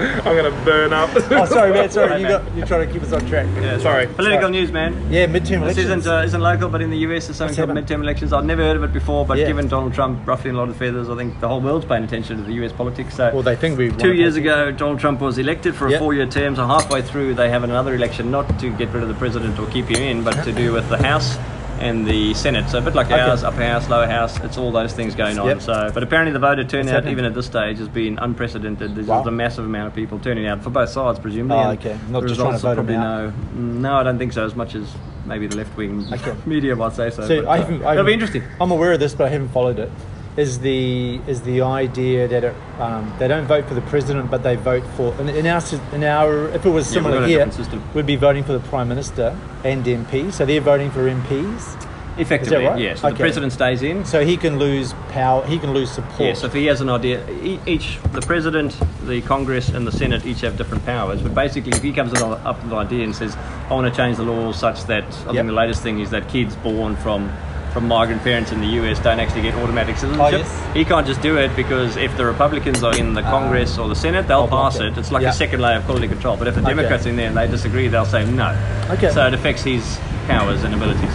I'm going to burn up.
oh, sorry, man. Sorry,
Right,
you
man.
got, you're trying to keep us on track.
Yeah, it's
Sorry.
right. Political
Sorry.
news, man.
Yeah, midterm
This
elections.
isn't, uh, isn't local, but in the US there's
What's
something called midterm
happened?
elections. I've never heard of it before, but
Yeah.
given Donald Trump roughly in a lot of feathers, I think the whole world's paying attention to the US politics. So
well, they think we.
two
won.
years ago, Donald Trump was elected for a
Yeah.
four-year term. So halfway through, they have another election, not to get rid of the president or keep him in, but to do with the House and the Senate. So a bit like
Okay.
ours, upper house, lower house. It's all those things going on.
Yep.
So, but apparently the voter turnout,
happening.
even at this stage, has been unprecedented. There's
Wow.
just a massive amount of people turning out for both sides, presumably.
Oh,
and
okay. Not
the
just trying to
results are
vote 'em
probably
out.
No, no, I don't think so. As much as maybe the left-wing
Okay.
media might say so.
So
but,
I
uh,
haven't, I
that'll
haven't-
be interesting.
I'm aware of this, but I haven't followed it. Is the is the idea that it, um, they don't vote for the president, but they vote for in, in our si- in our if it was
Yeah, we've got
similar
a
here,
different system.
we'd be voting for the prime minister and MP. So they're voting for MPs,
Effectively,
right?
yeah. So the
Okay.
president stays in.
so he can lose power. He can lose support.
Yes, if he has an idea, e- each the president, the Congress, and the Senate each have different powers. But basically, if he comes with a- up with an idea and says, "I want to change the law such that I
Yep.
think the latest thing is that kids born from from migrant parents in the U.S. don't actually get automatic citizenship,"
Oh, yes.
he can't just do it because if the Republicans are in the Congress or the Senate, they'll
They'll block
pass
it.
it. It's like
Oh, Yeah.
a second layer of quality control. But if the
Okay.
Democrats in there and they disagree, they'll say no.
Okay.
So it affects his powers and abilities.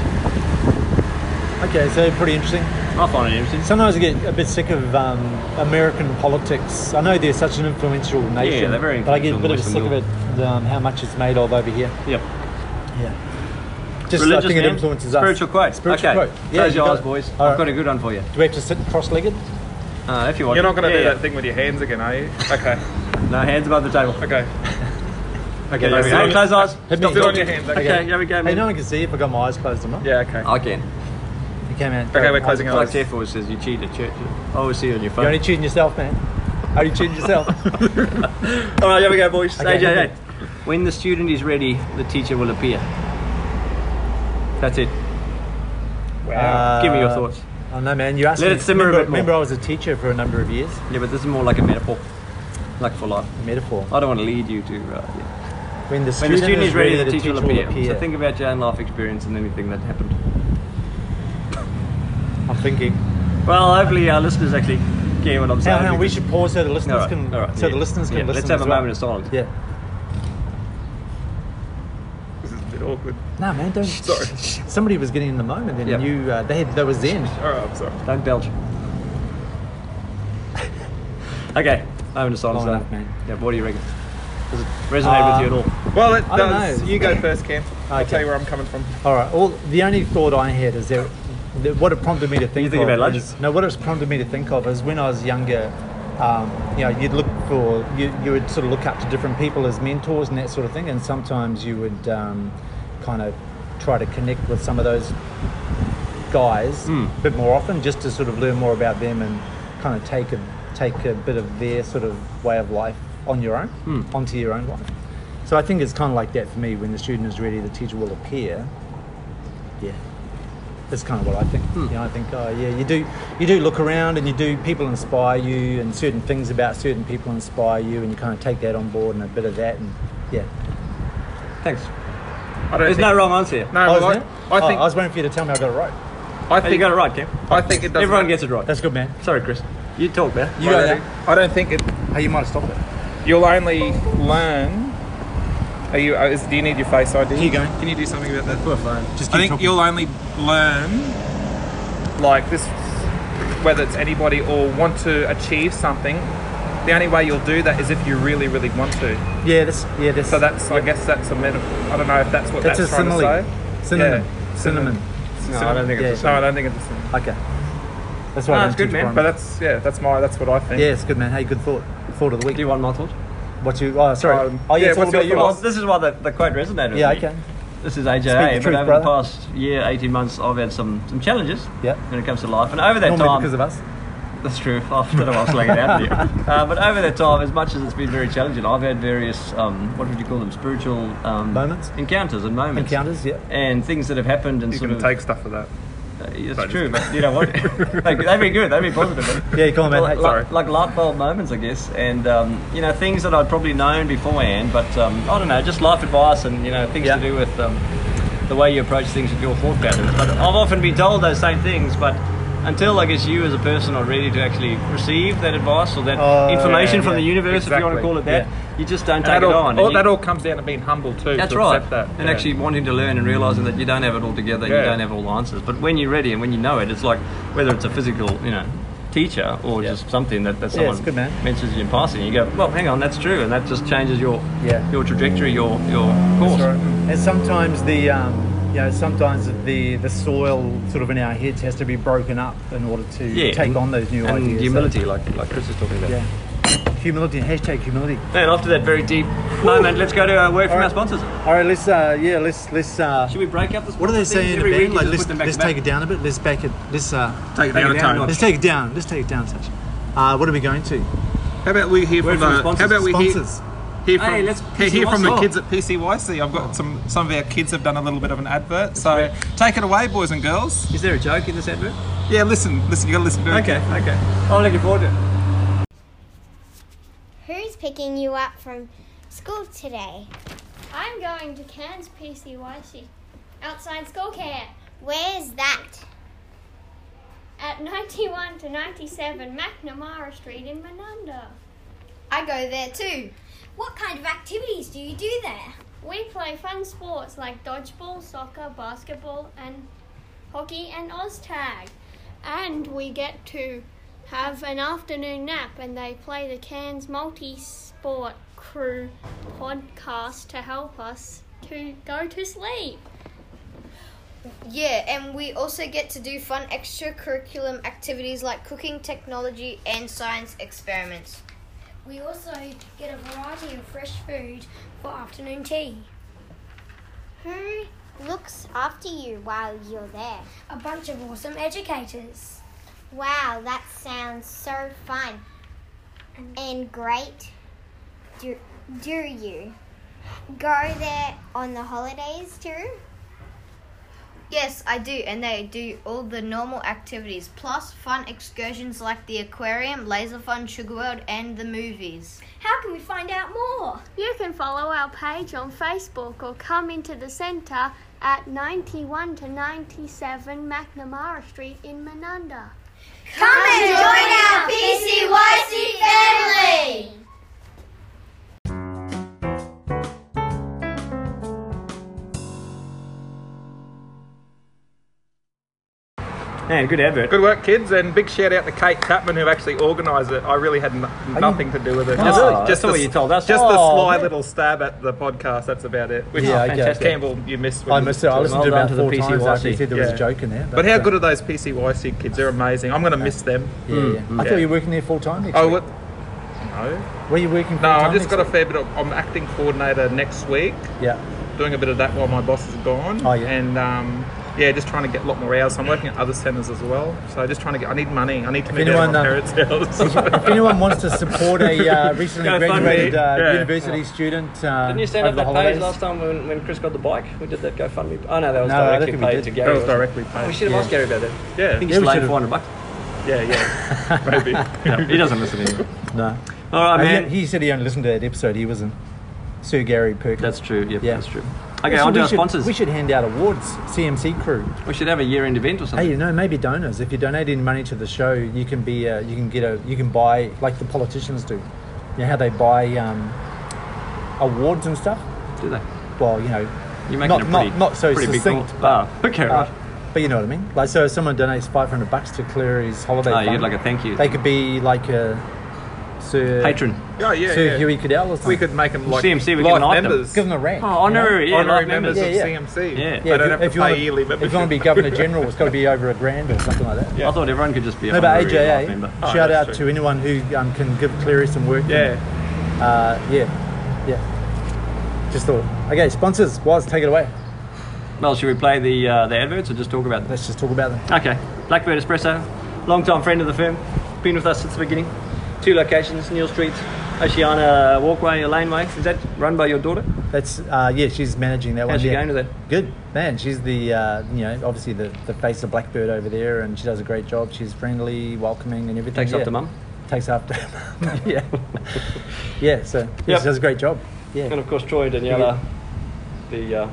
Okay, so pretty interesting.
I find it interesting.
Sometimes I get a bit sick of um, American politics. I know they're such an influential nation,
they're very
but I get a
influential in
bit of
Western
sick of
world.
it. Um, how much it's made of over here.
Yep.
Yeah. Just
Religious
I think it
man,
influences us.
Spiritual quote.
Spiritual
okay.
quote. Yeah, you
Close your
got
eyes,
it.
boys.
All
I've
right.
got a good one for you.
Do we have to sit cross-legged?
Uh, if you want.
You're not going to
Yeah,
do
yeah.
that thing with your hands again, are you? Okay.
No, hands above the table.
Okay.
Okay,
no,
there
sit
we go.
on-
Close eyes.
Hit me.
Stop
Sit on
talking.
your hands, okay.
Okay, here we go.
Hey,
Man.
no one can see if I got my eyes closed or not.
Yeah. Okay.
I can.
Okay, man.
Okay, we're closing
It's
our
like
eyes.
Jeff always says, you cheat at church. I always see you on your
uh, You're only
phone.
cheating yourself, man. How do you change yourself?
All right, here we go, boys.
Okay.
AJ, hey. when the student is ready, the teacher will appear. That's it.
Wow.
Give me your thoughts.
Oh no, man! You asked
Let
me.
it simmer a
remember,
bit more.
Remember, I was a teacher for a number of years.
Yeah, but this is more like a metaphor, like for life.
Metaphor.
I don't want to lead you to. Uh, yeah.
When the
When
student,
the student is ready, the teacher will appear.
appear.
So think about your own life experience and anything that happened.
I'm thinking.
Well, hopefully our listeners actually get what I'm
Hang
saying.
on, hang on, we
because-
should pause so the listeners
All right,
can.
all right,
so
yeah.
the listeners can
Yeah,
listen.
Let's have
as
a
well.
moment of silence.
Yeah.
This is a bit awkward.
No, man, don't.
Sorry.
Somebody was getting in the moment, and
Yeah.
you uh, they had that was then.
All right, I'm sorry.
Don't belch. okay, moment of silence.
Long
now.
enough, Uh, man.
Yeah, what do you reckon? Does it resonate with you at all?
Well, it
I don't
does.
know.
You go first, Cam. I'll
Okay.
tell you where I'm coming from.
All right. All the only thought I had is that, that what it prompted me to think.
think
of
about lunch?
Is, no, what it's prompted me to think of is when I was younger. Um, you know, you'd look for you, you would sort of look up to different people as mentors and that sort of thing, and sometimes you would um, kind of try to connect with some of those guys
Hmm.
a bit more often, just to sort of learn more about them and kind of take a take a bit of their sort of way of life on your own,
Hmm.
onto your own life. So I think it's kind of like that for me. When the student is ready, the teacher will appear. Yeah, that's kind of what I think. You know, I think, oh yeah, you do, you do look around, and you do. People inspire you, and certain things about certain people inspire you, and you kind of take that on board, and a bit of that, and yeah.
Thanks.
I don't
There's
think,
no wrong answer. here.
No,
Oh,
well,
is there?
Uh, I,
Oh,
I think
I was waiting for you to tell me I got it right.
I
Hey, you
think
got it right, Cam.
I think it does.
Everyone gets it right.
That's good, man.
Sorry, Chris. You talk, man.
You
I
go
don't-
now.
I don't think it.
Hey, you might have stopped it.
You'll only learn. Are you? uh, Is, do you need your face ID?
Keep going.
Can you do something about that?
Just
I
keep
think
talking.
you'll only learn, like this, whether it's anybody or want to achieve something. The only way you'll do that is if you really, really want to.
Yeah, that's yeah, that's
So that's, I guess, that's a metaphor. I don't know if that's what
that's,
that's,
a
trying
simile.
to say.
Cinnamon.
Yeah.
Cinnamon.
No,
I don't think
it's a
No, I don't think it's a simile.
Okay. That's why.
Ah,
I
it's
don't
good,
teach
man.
But
primary.
that's yeah, that's my that's what I think.
Yeah, it's good, man. Hey, good thought. Thought of the
Do
week.
you want my thought?
What you? Oh, sorry.
Um,
oh, yeah.
yeah,
it's all
what's your
about you.
thought?
Well, this is why the, the quote resonated with
Yeah.
me.
Okay.
This is
Speak the
AJA, but
truth,
over
brother.
the past year, 18 months, I've had some, some challenges
Yeah.
when it comes to life. And over that
Normally
time,
because of us.
That's true. I don't know why I'm slinging it out to you. Uh, but over that time, as much as it's been very challenging, I've had various, um, what would you call them, spiritual um,
Moments?
encounters, and moments,
Encounters. Yeah.
and things that have happened, and
You
sort
can
of.
take stuff for that.
uh,
Sorry,
it's true. but You know what? Like, They'd be good. They'd be positive.
Yeah, you come on, man.
Like,
Hey,
sorry.
like, like light bulb moments, I guess, and um, you know things that I'd probably known beforehand, but um, I don't know, just life advice and you know things
Yeah.
to do with um, the way you approach things with your thought patterns. But I've often been told those same things, but until I guess you as a person are ready to actually receive that advice or that
Oh,
information
yeah,
from
yeah.
the universe, if you want
Exactly.
to call it that, you just don't take
that
it
all,
on.
all-
and you-
that all comes down to being humble too.
that's
to
right.
Accept that.
And
yeah.
actually wanting to learn and realizing that you don't have it all together,
Yeah.
you don't have all the answers. But when you're ready and when you know it, it's like whether it's a physical, you know, teacher or just something that, that
Yeah, it's
someone
good, man.
mentions you in passing, you go, well, hang on, that's true, and that just changes your
Yeah.
your trajectory, your your course.
And sometimes the, um, you know, sometimes the the soil sort of in our heads has to be broken up in order to
Yeah,
take
and-
on those new
and
ideas.
humility, like like Chris is talking about.
So, uh, yeah. Humility. Hashtag humility.
And after that very deep moment, let's go to our word
All
from our
right.
sponsors.
All right. Let's. Uh, yeah. Let's. Let's. Uh,
Should we break up this?
what are they saying in the
Every
band?
week,
Like,
you
let's,
just put them back
let's
to back.
take it down a bit. Let's back it. Let's uh,
Take it
Take
down
it
a
down a
tone.
let's take it down. Let's take it down, Sasha. Uh, what are we going to?
How about we hear from
Word from
the
sponsors.
How about we hear,
Sponsors.
hear from,
Hey, let's
hear, hear from the
PCYC.
kids at PCYC? I've got some some of our kids have done a little bit of an advert, so take it away, boys and girls.
Is there a joke in this advert?
Yeah, listen, listen. You got to listen very
Okay, okay. I'm looking forward to it.
Who's picking you up from school today?
I'm going to Cairns PCYC outside school camp
Where's that?
at 91 to 97 McNamara Street in Monunda.
I go there too. What kind of activities do you do there?
We play fun sports like dodgeball, soccer, basketball, and hockey and Oztag. And we get to have an afternoon nap and they play the Cairns Multi Sport Crew podcast to help us to go to sleep.
Yeah, and we also get to do fun extracurriculum activities like cooking, technology, and science experiments.
We also get a variety of fresh food for afternoon tea.
Who looks after you while you're there?
A bunch of awesome educators.
Wow, that sounds so fun.
and great do, do you go there on the holidays too?
Yes, I do, and they do all the normal activities, plus fun excursions like the aquarium, laser fun, Sugar World, and the movies.
How can we find out more?
You can follow our page on Facebook or come into the centre at 91 to 97 McNamara Street in Menunda.
Come and join our PCYC family!
Man, good advert.
Good work, kids, and big shout out to Kate Chapman who actually organised it. I really had n- nothing to do with it. just
Oh, really? That's
just the,
what you told us.
Just the
Oh,
sly
man.
little stab at the podcast. That's about it. Which
Yeah,
is
okay,
fantastic.
okay.
Campbell, you missed. when
I
you-
missed it. I listened
well
to it about
done to
four
the
times. I actually
PCYC.
said there was
Yeah.
a joke in there.
But how good are those PCYC kids? They're amazing. I'm going to miss them.
Yeah, uh, yeah. I
Hmm. Yeah.
thought you were working there full time.
Oh, what? No,
Were you working?
no.
full-time
I've just
next
got a
week?
fair bit of. I'm acting coordinator next week.
Yeah.
doing a bit of that while my boss is gone.
Oh, yeah.
And um, yeah, just trying to get a lot more hours. So I'm working at other centres as well. So just trying to get. I need money. I need to move out of
anyone,
my
uh,
parents' house.
If anyone wants to support a uh, recently
Go fund me.
graduated uh,
Yeah.
university student, uh,
Didn't you stand up
over the
that
holidays,
page last time when, when Chris got the bike? We did that GoFundMe. Oh no, that was
No, I
directly
think we
paid
did.
to
that
Gary.
was
wasn't it?
directly
We
paid.
should have
Yeah.
asked Gary about that. I think
Yeah,
he's
we
late
should've.
400 bucks.
yeah, yeah. Maybe. Oh,
he doesn't listen anymore.
No.
All right,
Uh,
Oh, man.
He, he said he only listened to that episode. He wasn't. Sir Gary Perkins.
That's true. Yep,
Yeah.
that's true.
Actually,
Okay, on to
we
our
should,
sponsors.
We should hand out awards. CMC crew.
We should have a year-end event or
Hey,
something.
you know, maybe donors. If you donate any money to the show, you can be, uh, you can get a, you can buy like the politicians do. You know how they buy um, awards and stuff.
Do they?
Well, you know,
You're making
not,
a pretty,
not not so
pretty
succinct.
big call. Ah, okay,
Uh,
right.
but you know what I mean. Like, so if someone donates five hundred bucks to Clary's holiday,
Oh, you
fund,
get like a thank you.
They could be like a Sir
Patron.
Oh, yeah,
Sir
yeah.
Huey Cadell or something.
we could make them like
CMC, we can
life
knight them.
members.
give them a rank.
Oh, honorary. Yeah,
honorary
like
members
Yeah,
members.
of
yeah.
CMC.
Yeah.
They don't have to
if you
pay
wanna-
yearly
If you want to be
membership.
Governor General, it's got to be over a grand or something like that.
Yeah.
I thought everyone could just be.
No, but
honorary
AJ,
life member.
Oh,
shout
that's
out
true.
to anyone who um, can give Clary some work.
Yeah.
Uh, yeah, yeah. Just thought. Okay, sponsors, Waz, take it away.
Well, should we play the uh, the adverts or just talk about them?
Let's just talk about them.
Okay, Blackbird Espresso, long-time friend of the firm, been with us since the beginning. Two locations: Neil Street, Oceana Walkway, or Laneway. Is that run by your daughter?
That's uh, yeah, she's managing that one.
How's she
yeah.
going with it?
Good man. She's the uh, you know obviously the, the face of Blackbird over there, and she does a great job. She's friendly, welcoming, and everything.
Takes
yeah.
after mum.
Takes after mum. yeah, yeah. So yeah,
Yep.
she does a great job. Yeah,
And of course, Troy and Daniela, the uh,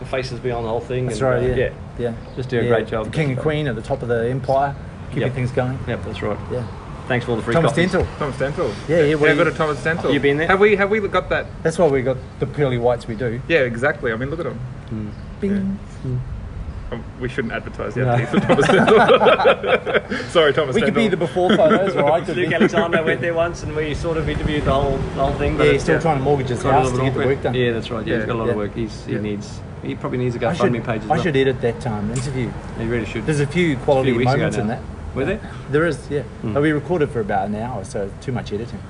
the faces behind the whole thing.
that's
and,
right.
uh,
yeah.
yeah, Just do a great job.
The king and queen at the top of the empire, keeping
Yep.
things going.
Yep, that's right.
Yeah,
Thanks for all the free
Thomas
coffees.
Dental.
Thomas Dental.
Yeah, yeah, what
How good
do you-
at Thomas Dental?
You been there?
Have we? Have we got that?
That's why we got the pearly whites we do.
Yeah, exactly. I mean, look at them.
Bing.
Um, We shouldn't advertise the
No.
athletes of Thomas Dental. Sorry, Thomas
We could be the
Dental.
before photos, or I could
Luke
be.
Alexander went there once, and we sort of interviewed the whole the whole thing. But
Yeah,
it's
he's still
yeah,
trying to mortgage his
got a
house
little
to get
bit
the work
awkward.
done.
Yeah, that's right. Yeah, he's
Yeah,
got a lot of
yeah.
work. He's, he
Yeah.
needs. He probably needs a
I should,
GoFundMe page. As
I
well.
should edit that um, interview.
He really should.
There's a few
A
quality
few weeks ago
moments in
now. Hmm.
that.
Were there?
There is, yeah. But we recorded for about an hour, so too much editing.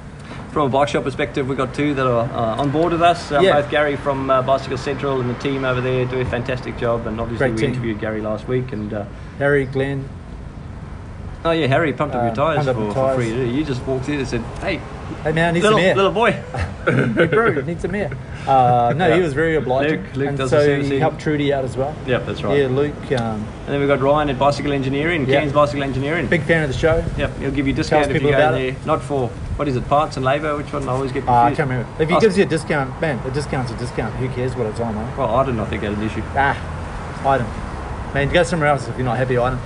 From a bike shop perspective, we've got two that are uh, on board with us. Uh,
Yeah.
Both Gary from uh, Bicycle Central and the team over there do a fantastic job. And obviously,
Great
we
team.
interviewed Gary last week. And uh,
Harry, Glenn,
oh yeah, Harry pumped up
Uh,
your tyres
pumped
for,
up the
for
tyres.
free. didn't you? You just walked in and said, "Hey,
hey man, I need
little,
some air.
little boy."
Hey, bro, need some air. Uh, no, he was very obliging.
Luke- Luke
and
does the
so
same
he
thing.
helped Trudy out as well.
yep, that's right.
Yeah, Luke, um,
And then we've got Ryan at Bicycle Engineering,
Yeah.
Cairns Bicycle Engineering.
big fan of the show.
Yep, he'll give you a discount if you
people
go
about
there.
it.
Not for what is it, parts and labour? Which one? I always get confused.
Uh, I can't remember. If he
Ask-
gives you a discount, man, a discount's a discount. Who cares what it's on, man?
Well, I did not think I had an issue.
Ah, item. Man, go somewhere else if you're not happy, item.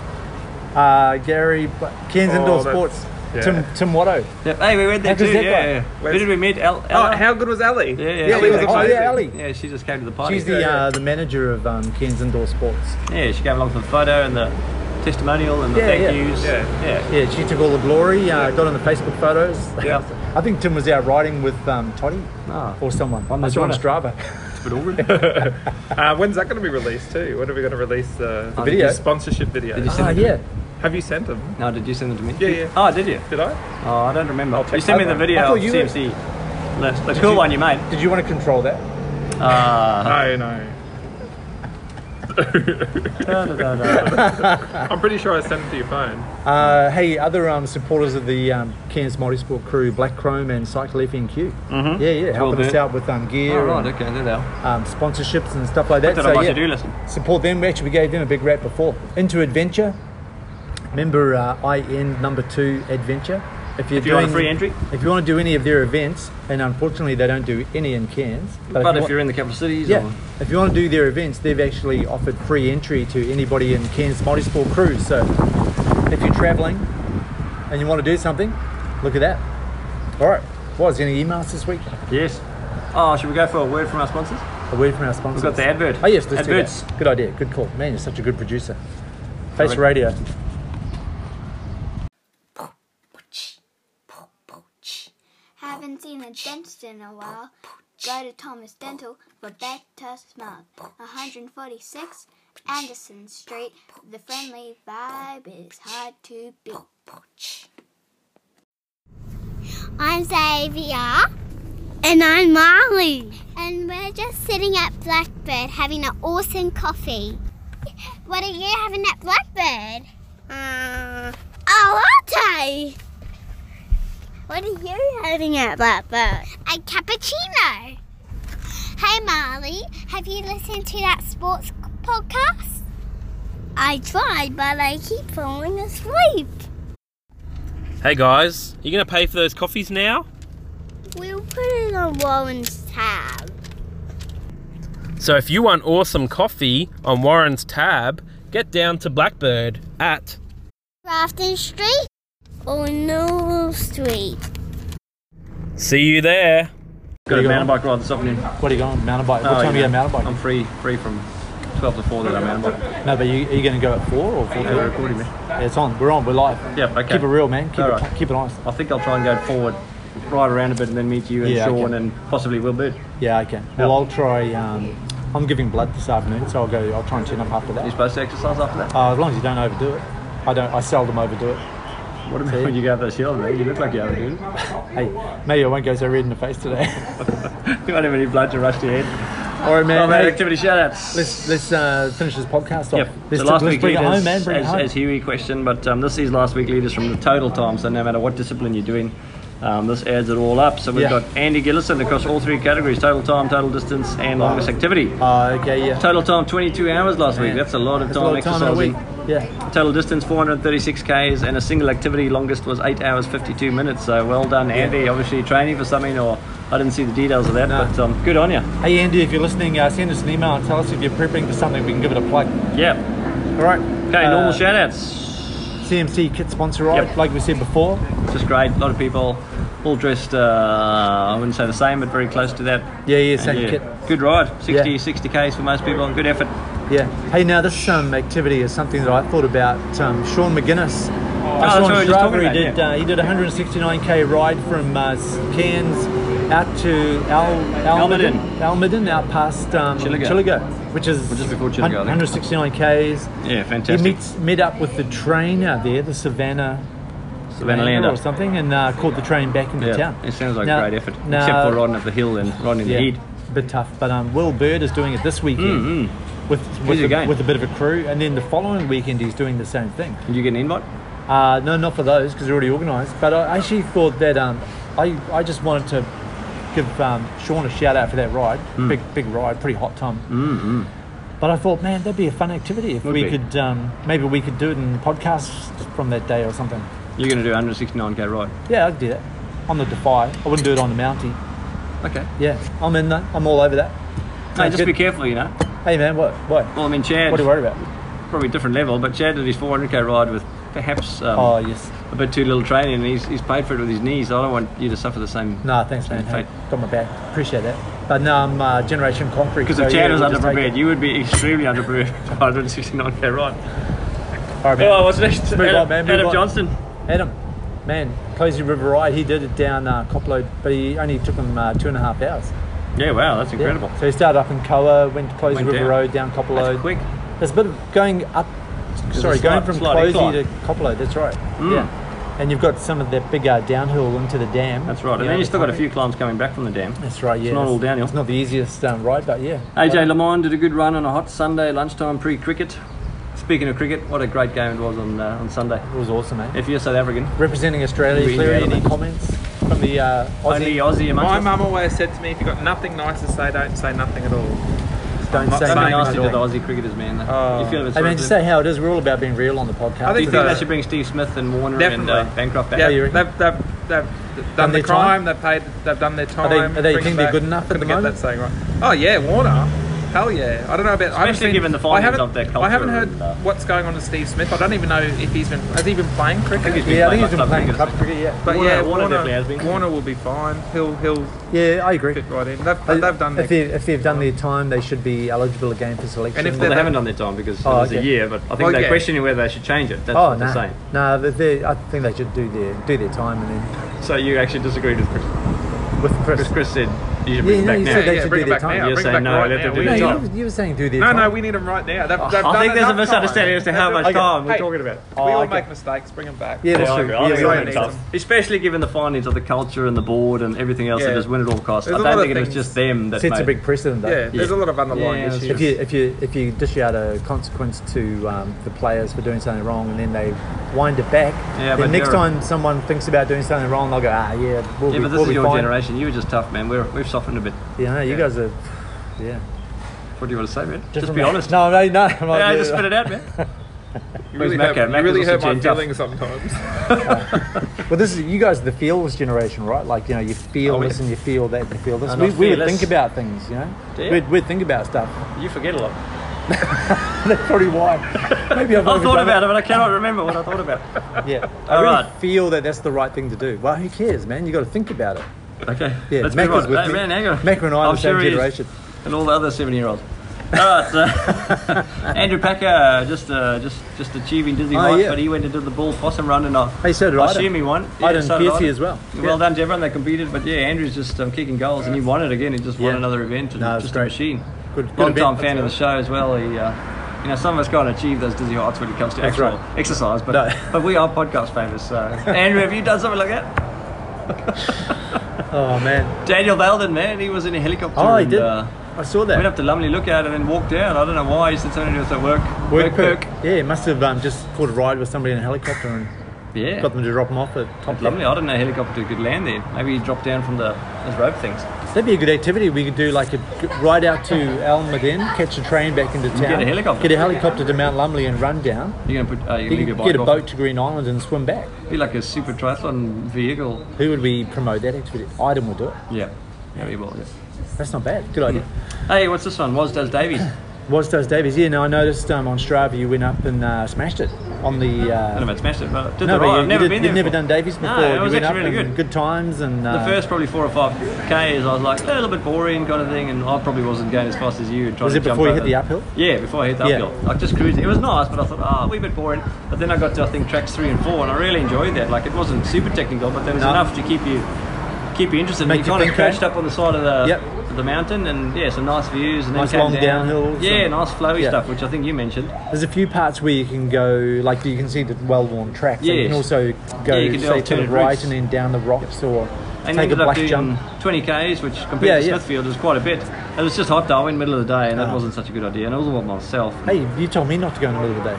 Uh, Gary, but Cairns
Oh,
Indoor
that's-
Sports.
yeah.
Tim, Tim Watto.
Yep. Hey, we went there
How good's
too. Yeah,
that guy?
yeah. Where
Where's-
did we meet? El-
Oh,
Ella?
how good was Ali?
Yeah, yeah.
Ali was
yeah. Oh,
amazing.
yeah, Ali.
Yeah, she just came to the party.
She's the,
yeah, yeah.
uh, the manager of um, Cairns Indoor Sports.
Yeah, she came along for the photo and the testimonial and the
Yeah,
thank
yeah.
yous.
Yeah.
yeah.
Yeah, she took all the glory. Uh, Got on the Facebook photos.
Yeah.
I think Tim was out riding with um, Toddy
Ah.
or someone.
On the
I saw on
Twitter.
Strava.
It's a bit awkward.
Uh, when's that going to be released too? When are we going to release the, the
video?
sponsorship video?
Did you
Ah,
send it to
yeah.
me?
Have you sent them?
No, did you send them to me?
Yeah, yeah.
Oh, did you?
Did I?
Oh, I don't remember. You
check
sent me
that
the
out.
video
I thought
of
you-
CMC. The, the cool
you-
one you made.
Uh-huh.
Did you want to control that?
Uh,
No, no. I'm pretty sure I sent it to your phone.
Uh, hey, other um, supporters of the um, Cairns Multisport crew, Black Chrome and Cycle FNQ. Mm-hmm. Yeah, yeah, helping
do.
us out with um, gear,
All right,
and,
okay, there they are.
um, sponsorships and stuff like that.
Put that on my
yeah,
to-do list.
support them. We actually gave them a big rap before. Into Adventure, member uh, IN number two Adventure. If, you're
If you want a free entry?
if you want to do any of their events, and unfortunately they don't do any in Cairns.
But
you
if
want-
you're in the capital cities,
yeah,
or
if you want to do their events, they've actually offered free entry to anybody in Cairns Multisport Cruise. So if you're travelling and you want to do something, look at that. All right. What, is there any emails this week?
yes. Oh, should we go for a word from our sponsors?
A word from our sponsors.
got the advert.
Oh, yes, let's do
Adverts.
that. Good idea. Good call. Man, you're such a good producer. Face
Sorry.
Radio.
Haven't seen a dentist in a while. Go to Thomas Dental for better smile. 146 Anderson Street. The friendly vibe is hard to beat. I'm Xavier.
And I'm Marley.
And we're just sitting at Blackbird having an awesome coffee. What are you having at Blackbird?
Uh, a latte.
What are you
Having at that bird.
a cappuccino. Hey Marley, have you listened to that sports podcast?
I try, but I keep falling asleep.
Hey guys, you gonna pay for those coffees now?
We'll put it on Warren's tab.
So if you want awesome coffee on Warren's tab, get down to Blackbird at
Grafton Street?
Or Newell Street.
See you there.
Got
you
a
got
mountain
on?
bike ride this afternoon. What
What are you going? Mountain bike. What
Oh,
time are you going mountain bike?
I'm free, free from 12 to 4 that I'm mountain bike.
No, but you, are you going to go at four or four
Yeah, we're
thirty?
recording, man.
Yeah, it's on. We're on. We're live.
Yeah, okay.
Keep it real, man. Keep,
All
it,
right.
keep it honest.
I think I'll try and go forward, ride around a bit, and then meet you and
Yeah,
Sean
okay.
and possibly Will Bird.
Yeah, okay. Well, I'll try. Um, I'm giving blood this afternoon, so I'll go. I'll try and turn up after
You're
that.
supposed to exercise after that.
Uh, as long as you don't overdo it. I don't. I seldom overdo it.
What about when you go up those hills, man? You look like you overdoing it.
Hey, maybe I won't go so red in the face today.
You won't have any blood to rush to your head.
All right, man.
Oh, man,
Hey,
activity shoutouts.
let's let's uh, finish this podcast off.
Yep.
Let's,
so last
let's
week
bring it
leaders,
home, man. Bring
as,
it home.
as Huey questioned, but um, this is last week leaders from the total time. So no matter what discipline you're doing, um, this adds it all up. So we've
Yeah.
got Andy Gillison across all three categories: total time, total distance, and longest activity.
uh, okay, yeah.
Total time 22 hours last week.
Yeah.
That's a lot of
That's a
time
lot of time in a
exercising.
week. Yeah.
Total distance 436 k's, and a single activity longest was 8 hours 52 minutes. So well done, Andy. Obviously training for something, or I didn't see the details of that,
No.
but um, good on you.
Hey, Andy, if you're listening, uh, send us an email and tell us if you're prepping for something. We can give it a plug.
Yeah.
All right.
Okay.
Uh,
normal shoutouts.
CMC kit sponsor ride,
Yep.
like we said before.
just great. A lot of people all dressed, uh, I wouldn't say the same, but very close to that.
Yeah, yeah,
And
same kit.
Good ride, 60,
Yeah.
60 Ks for most people, and good effort.
Yeah. Hey, now this um, activity is something that I thought about. Um, Sean McGuinness.
that's
Sean
what we were Oh.
Shriver,
just talking
he
about,
did. Uh, he did a 169k ride from uh, s- Cairns out to Al- Almedin, Almedin, out past um,
Chilligo.
which is
Or just before Chilligo, I think.
169k's.
Yeah,
He
fantastic.
meets met up with the train out there, the Savannah.
Savannah
Lander
Lander.
or something, and uh, caught the train back into
Yeah,
town.
it sounds like
Now-
great effort,
now-
except for riding up the hill and riding in
yeah,
the heat.
bit tough. But um, Will Bird is doing it this weekend
Mm-hmm.
with with
He's
a,
again.
with a bit of a crew, and then the following weekend he's doing the same thing.
Did you get an invite?
Uh, no, not for those because they're already organised. But I actually thought that um, I I just wanted to give um, Sean a shout out for that ride,
Mm.
big big ride, pretty hot time. Mm-hmm. But I thought, man, that'd be a fun activity if
Would
we
be.
could um, maybe we could do it in podcasts from that day or something.
You're going to do 169k ride.
Yeah, I'd do that on the Defy. I wouldn't do it on the Mountie.
Okay.
Yeah, I'm in that. I'm all over that.
No,
Sounds
just
good.
be careful, you know.
Hey man, what what?
Well, I mean, Chad,
What are you worried about?
probably different level, but Chad did his 400k ride with perhaps um,
Oh yes.
a bit too little training, and he's, he's paid for it with his knees. I don't want you to suffer the same.
No, thanks, man.
Same
Hey,
fate.
got my back. Appreciate that. But no, I'm uh, Generation Concrete.
Because
so
if Chad
yeah,
was
we'll just take
underprepared, you would be extremely underprepared. 169k ride.
it. All right, man.
Oh, what's next?
Move
Adam,
on, man, move
Adam
on.
Johnston.
Adam, man, Cozy River Ride. He did it down uh, Copload, but he only took him uh, two and a half hours.
Yeah, wow, that's
Yeah.
incredible.
So he started up in Coa, went to Cozy
Went
River
down.
Road, down Copload.
That's quick.
There's a bit of going up.
a
Sorry,
slight- Mm.
going from
sliding
Cozy
climb.
to Copload. That's right. Yeah. And you've got some of that big uh, downhill into the dam.
That's right. And
Yeah,
then
the
you've still got a
country.
few climbs coming back from the dam.
That's right, yeah.
It's not all downhill.
It's not the easiest um, ride, but yeah.
AJ Lamont did a good run on a hot Sunday lunchtime pre cricket. Speaking of cricket, what a great game it was on, uh, on Sunday.
It was awesome, man.
If you're South African,
Representing Australia,
Really
Claire, any
neat.
comments from the uh,
only
Aussie?
Aussie amongst
My
us.
mum always said to me, if you've got nothing nice to say, don't say nothing at all.
Don't
Not
say
saying
Something
nothing
nice
at
to all the
all.
Aussie cricketers, man.
Oh.
You feel a bit
I
sorry
mean,
for
just
them.
say how it is. We're all about being real on the podcast.
I
Do you
think
think
so.
they should bring Steve Smith and Warner and uh,
Definitely.
Bancroft back?
Yeah,
you
they've,
reckon?
they've, they've, they've done
their
the crime, they've paid, they've done their
they-
time.
are they
bring
think
it
they're
back.
good enough at the
Couldn't get
moment?
that saying right. Oh yeah, Warner. Hell yeah. I don't know about. I haven't
Especially
seen-
given the
I
findings
haven't-
of their
I haven't
culture
heard
and, uh,
what's going on with Steve Smith. I don't even know if he's been has he been playing cricket.
he's been
Yeah, I think he's
Like
been
club
playing
cricket,
club
isn't
cricket, yeah.
but
Warner-
yeah,
Warner
Warner,
definitely has been.
Warner will be fine. He'll he'll
Yeah, I agree.
fit right in. They've,
I-
they've done
if,
their
they, if they've done their time, they should be eligible again for selection.
And if
Well,
they're-
they haven't done their time because
Oh,
it was a
okay.
year, but I think
Well,
they're
yeah.
questioning whether they should change it. That's
oh
what
no,
they're saying.
no, but they- I think they should do their do their time and then
So you actually disagreed with Chris?
with Chris.
Because Chris said you should
Yeah,
bring
no,
it
you
back
said
now.
they
yeah,
should
bring it
do their
back
time.
now.
You're
bring it
saying
back
no,
right
let them
now.
do
We
their
need
no,
job.
them-
you, you were saying do their
No,
time.
no, we need them right now. They've, they've
I
done
think there's a
enough
misunderstanding
time.
as to how
They've-
much time we're
Hey,
talking about.
We
Oh,
all
okay.
make mistakes. Bring them back.
Yeah, that's
Yeah, I
true.
agree. I
Yeah,
think
we
it's
all
been
need
tough.
them.
Especially given the findings of the culture and the board and everything else that
Yeah.
has won at all costs.
There's
I
a lot
don't
of
think it was
things-
just them that
sets a
made-
big precedent though.
Yeah, there's a lot of underlying
Yeah,
issues.
If you if you if you dish out a consequence to um, the players for doing something wrong and then they wind it back,
Yeah,
then
but
next
they're-
time someone thinks about doing something wrong, they'll go, ah, yeah, we'll
Yeah,
be,
but this
we'll
is
be
your
fine.
generation. You were just tough, man. We're, we've softened a bit.
Yeah, no, you guys are, yeah.
What do you want to say, man? Just
different,
be
man.
honest.
No, no, no. I'm not-
Yeah, just spit it out, man.
You really
Where's
hurt,
Macca?
you
Macca's
really
also
hurt my
gene tough.
feelings sometimes.
Well, this is you guys are the feels generation, right? Like you know, you feel
Oh, yeah.
this and you feel that and you feel this.
I'm
We,
not
we would
fearless.
think about things, you know.
Do you?
We'd, we'd think about stuff.
You forget a lot.
That's probably why. Maybe I've
I thought about it, but I cannot remember what I thought about.
Yeah, I
All
really
right.
feel that that's the right thing to do. Well, who cares, man? You got to think about it.
Okay,
Yeah,
let's
Mac
move
was
on.
with
Hey,
me.
man, hang on.
Mac and I are
I'm
the same
sure he is.
generation.
and all the other seven-year-olds. All right, so Andrew Packer just uh, just just achieving Disney
Oh,
heights,
yeah.
but he went and did the bull possum run, and I,
Hey, so did
I
Iden.
assume he won.
I didn't
so did
Piercy
Iden.
as well.
Well done to everyone that competed, but yeah, Andrew's just um, kicking goals, and he won it again. He just won
Yeah.
another event, and
No, it's
just a
great.
machine.
Good- good
long time
event.
fan of the show as well. He. Uh, you know, some of us can't achieve those dizzy heights when it comes to
That's
actual
right.
exercise, but
No.
but we are podcast famous. So, Andrew, have you done something like that?
Oh man.
Daniel Belden, man, he was in a helicopter.
Oh, he
and,
did.
Uh,
I saw that.
went up to Lumley Lookout and then walked down. I don't know why. He said something to do with that work.
Work perk. Yeah, he must have um, just caught a ride with somebody in a helicopter and
Yeah.
got them to drop him off at top level.
At Lumley, I don't know a helicopter could land there. Maybe he dropped down from the those rope things.
That'd be a good activity. We could do like a g- ride out to Almaden, catch a train back into town,
a helicopter.
get a helicopter to Mount Lumley and run down.
You're gonna put. Uh, you're
You
gonna
could
get,
get a boat to Green Island and swim back.
Be like a super triathlon vehicle.
Who would we promote that activity? Iden would do it.
Yeah. Yeah, we will. Yeah.
That's not bad. Good idea.
Hey, what's this one? Was does Davies?
Was does Davies? Yeah, no, I noticed um, on Strava you went up and uh, smashed it on the.
I don't know
Uh,
if I smashed it, but I did
no,
the
but
ride.
you,
I've
you
never
did,
been there.
you've never
before.
done Davies before.
No, it
you
was
went
actually
up
really
and
good.
times and. Uh,
The first probably four or five Ks, I was like, a little bit boring kind of thing, and I probably wasn't going as fast as you. and trying
Was
to
it
jump
before you
over
hit the uphill?
Yeah, before I hit the
Yeah.
uphill. Like just cruising. It was nice, but I thought, ah, a wee bit boring. But then I got to, I think, tracks three and four, and I really enjoyed that. Like it wasn't super technical, but there was
No.
enough to keep you keep you interested.
Make
you
you
kind of
think,
crashed
eh?
up on the side of the
Yep.
the mountain, and yeah, some nice views, and
Nice
then came
long
down.
downhills
Yeah,
and-
nice flowy
yeah.
stuff, which I think you mentioned.
There's a few parts where you can go, like you can see the well-worn tracks. and You
Yes.
can also go,
Yeah, you can do
say, to the
alternate
right
routes.
and then down the rocks or
And
take a
ended up
black
doing
jump.
20 Ks, which compared
Yeah,
to
yeah.
Smithfield is quite a bit. It was just hot though in the middle of the day, and that
Ah.
wasn't such a good idea. And it was all by myself.
Hey, you told me not to go in the middle of the day.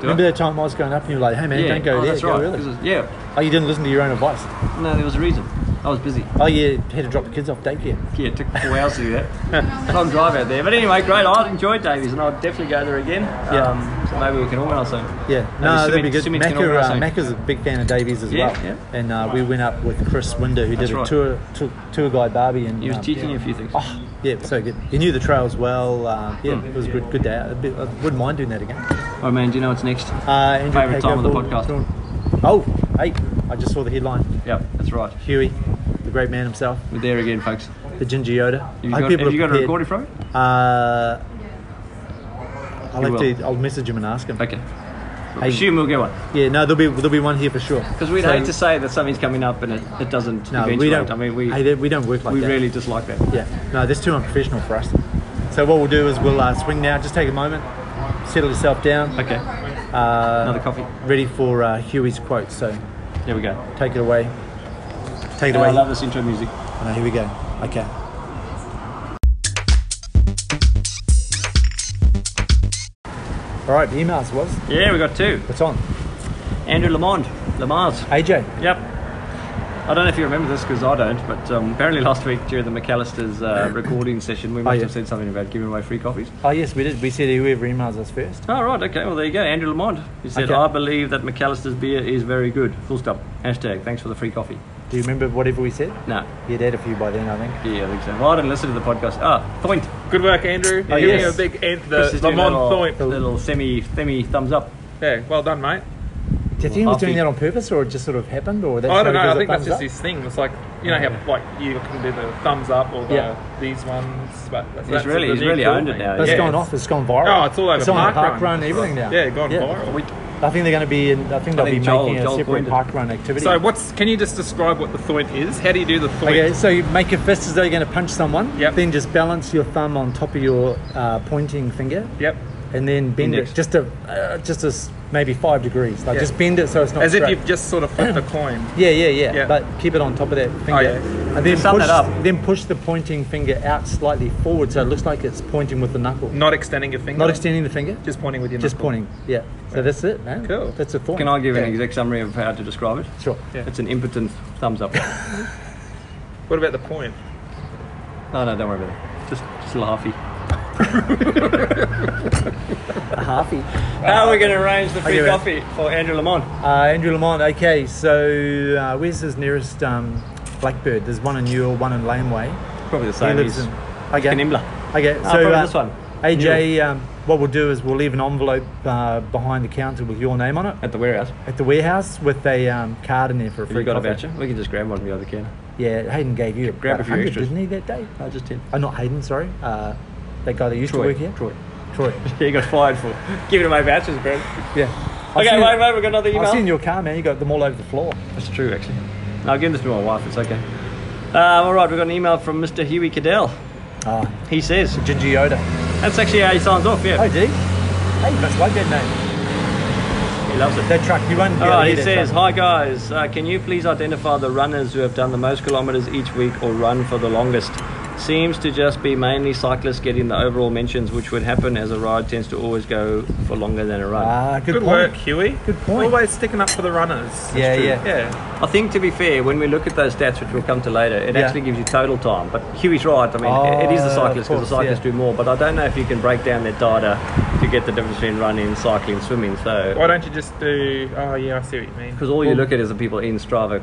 Remember that time I was going up and you were like, hey man, don't go
oh,
there,
That's
go
right.
early."
'cause it- yeah,
Oh, you didn't listen to your own advice.
no, there was a reason. I was busy.
Oh, yeah, had to drop the kids off daycare.
Yeah, it took four hours to do that. Long drive out there. But anyway, great. I enjoyed Davies, and I'll definitely go there again.
Yeah.
Um, so maybe we can organise something.
Yeah, no,
Maybe
that'd be
Sumit-
good.
Sumit can
Macca,
organise
uh,
something.
Macca's a big fan of Davies as
Yeah,
well.
yeah.
And uh, we went up with Chris Winder, who
That's
did a
right.
tour, tour, tour guide Barbie. And,
He was
um,
teaching you a few things.
Oh, yeah, so good. He knew the trails well. Uh, yeah,
Hmm.
it was a good, good day. out. I'd be- I wouldn't mind doing that again.
Oh man, do you know what's next?
Uh, Andrew
Favourite time of the
Packer,
podcast.
Dawn- Oh, hey, I just saw the headline.
Yeah, that's right.
Huey, the great man himself,
We're there again, folks.
the Ginger Yoda.
Have you
I hope
got,
people
have you
are
got a
prepared.
recording from it?
Uh, I'll, have
You will.
to, I'll message him and ask him.
Okay.
Hey.
Assume we'll get one.
Yeah, no, there'll be there'll be one here for sure.
Because we'd
So-
hate to say that something's coming up and it, it doesn't
No,
eventuate.
we don't.
I mean, we,
hey, we don't work like
we
that.
really dislike that.
Yeah, no, that's too unprofessional for us. So what we'll do is we'll uh, swing now. Just take a moment, settle yourself down.
Okay.
Uh,
Another coffee.
ready for uh, Huey's quote. So
There we go.
Take it away. Take it
Oh,
away.
I love this intro music.
Oh, here we go. Okay. All right, the emails was.
Yeah, we got two.
What's on?
Andrew Lamond, Lamars.
AJ.
Yep. I don't know if you remember this because I don't, but um, apparently last week during the McAllister's uh, recording session, we must
Oh, yeah.
have said something about giving away free coffees.
Oh yes, we did. We said whoever emails us first.
Oh, right, okay, well, there you go. Andrew Lamond. He said,
Okay.
I believe that McAllister's beer is very good. Full stop. Hashtag, thanks for the free coffee.
Do you remember whatever we said?
No.
You'd had a few by then, I think.
Yeah, I think so. Well, I didn't listen to the podcast. Ah, point.
Good work, Andrew.
Oh,
Give me
yes.
a big and
Chris
the
is doing
Lamont
a little,
Thorpe.
a little semi, semi thumbs up.
Yeah, well done, mate.
Do you think he was doing
Halfie.
that on purpose, or it just sort of happened, or that's
I don't
how
know.
he
I
does it,
think that's
thumbs
just
up?
his thing. It's like you know how like you can do the thumbs up or the
Yeah.
these ones, but that's,
He's
that's
really-
the
he's
new
really
cool
owned it
thing.
now,
But
yeah.
it's gone off. It's gone viral.
Oh, it's all over
It's on
Park
the park
Run.
run, everything now.
Yeah, gone
Yeah.
viral.
We-
I think they're going to be. In, I think they'll
think
be
Joel-
making
Joel
a separate
coined it.
park run activity.
So what's? Can you just describe what the thoint is? How do you do the thoint?
Okay, so you make your fist as though you're going to punch someone.
Yep.
Then just balance your thumb on top of your uh, pointing finger,
Yep.
and then bend
Index.
it just a, uh, just a s maybe five degrees. Like
Yeah.
just bend it so it's not
As if
straight.
you've just sort of flipped a coin.
Yeah, yeah, yeah,
Yeah.
But keep it on top of that finger,
yeah.
and then
Sum
push,
that up.
then push the pointing finger out slightly forward, so it looks like it's pointing with the knuckle,
Not extending your finger.
not extending the finger,
Mm. Just pointing with your
just
knuckle.
pointing. Yeah. So that's it, man.
Cool.
That's a thought.
Can I give an exact summary of how to describe it?
Sure.
Yeah.
It's an impotent thumbs up. no,
What about the point?
no, don't worry about it. Just, just a little halfie.
A halfie.
How are we going to arrange the free
give it-
coffee for Andrew Lamont?
Uh, Andrew Lamont. Okay, so uh, where's his nearest um, Blackbird? There's one in Newell, one in Laneway.
Probably the same.
he lives
as
in. Okay.
Canimbla.
Okay. So uh,
Ah, probably this one.
AJ, um, what we'll do is we'll leave an envelope uh, behind the counter with your name on it
At the warehouse.
at the warehouse with a um, card in there for a
Have
free
you got
coffee.
a voucher? We can just grab one from the other can.
Yeah, Hayden gave you
Grab
about
a few
100,
extras.
didn't he, that day?
No, just ten.
Oh, not Hayden, sorry. Uh, that guy that used
Troy.
to work here?
Troy.
Troy.
He got fired for giving away vouchers, bro.
Yeah. I've
Okay,
seen-
wait, wait, we've got another email.
I've seen your car, man. You got them all over the floor.
That's true, actually. No, I'll give this to my wife. It's okay. Um, all right, we've got an email from Mr. Huey Cadell.
Ah,
He says,
Gingy Yoda.
that's actually how he signs off, yeah.
Oh, did he? Hey, you must like that name.
He loves it.
That truck, you won't be
All
able to
right,
hear
he
that
says,
truck.
hi guys, uh, can you please identify the runners who have done the most kilometres each week or run for the longest? Seems to just be mainly cyclists getting the overall mentions, which would happen as a ride tends to always go for longer than a run.
Ah, good,
Good,
point.
work, Huey.
Good point.
Always sticking up for the runners.
Yeah,
That's true.
yeah.
yeah.
I think, to be fair, when we look at those stats, which we'll come to later, it
Yeah.
actually gives you total time. But Huey's right. I mean,
Oh,
it is the
of
cyclists because the
course, yeah.
cyclists do more. But I don't know if you can break down their data to get the difference between running, cycling, swimming. So
Why don't you just do? Oh yeah, I see what you mean.
because all you look at is the people in Strava,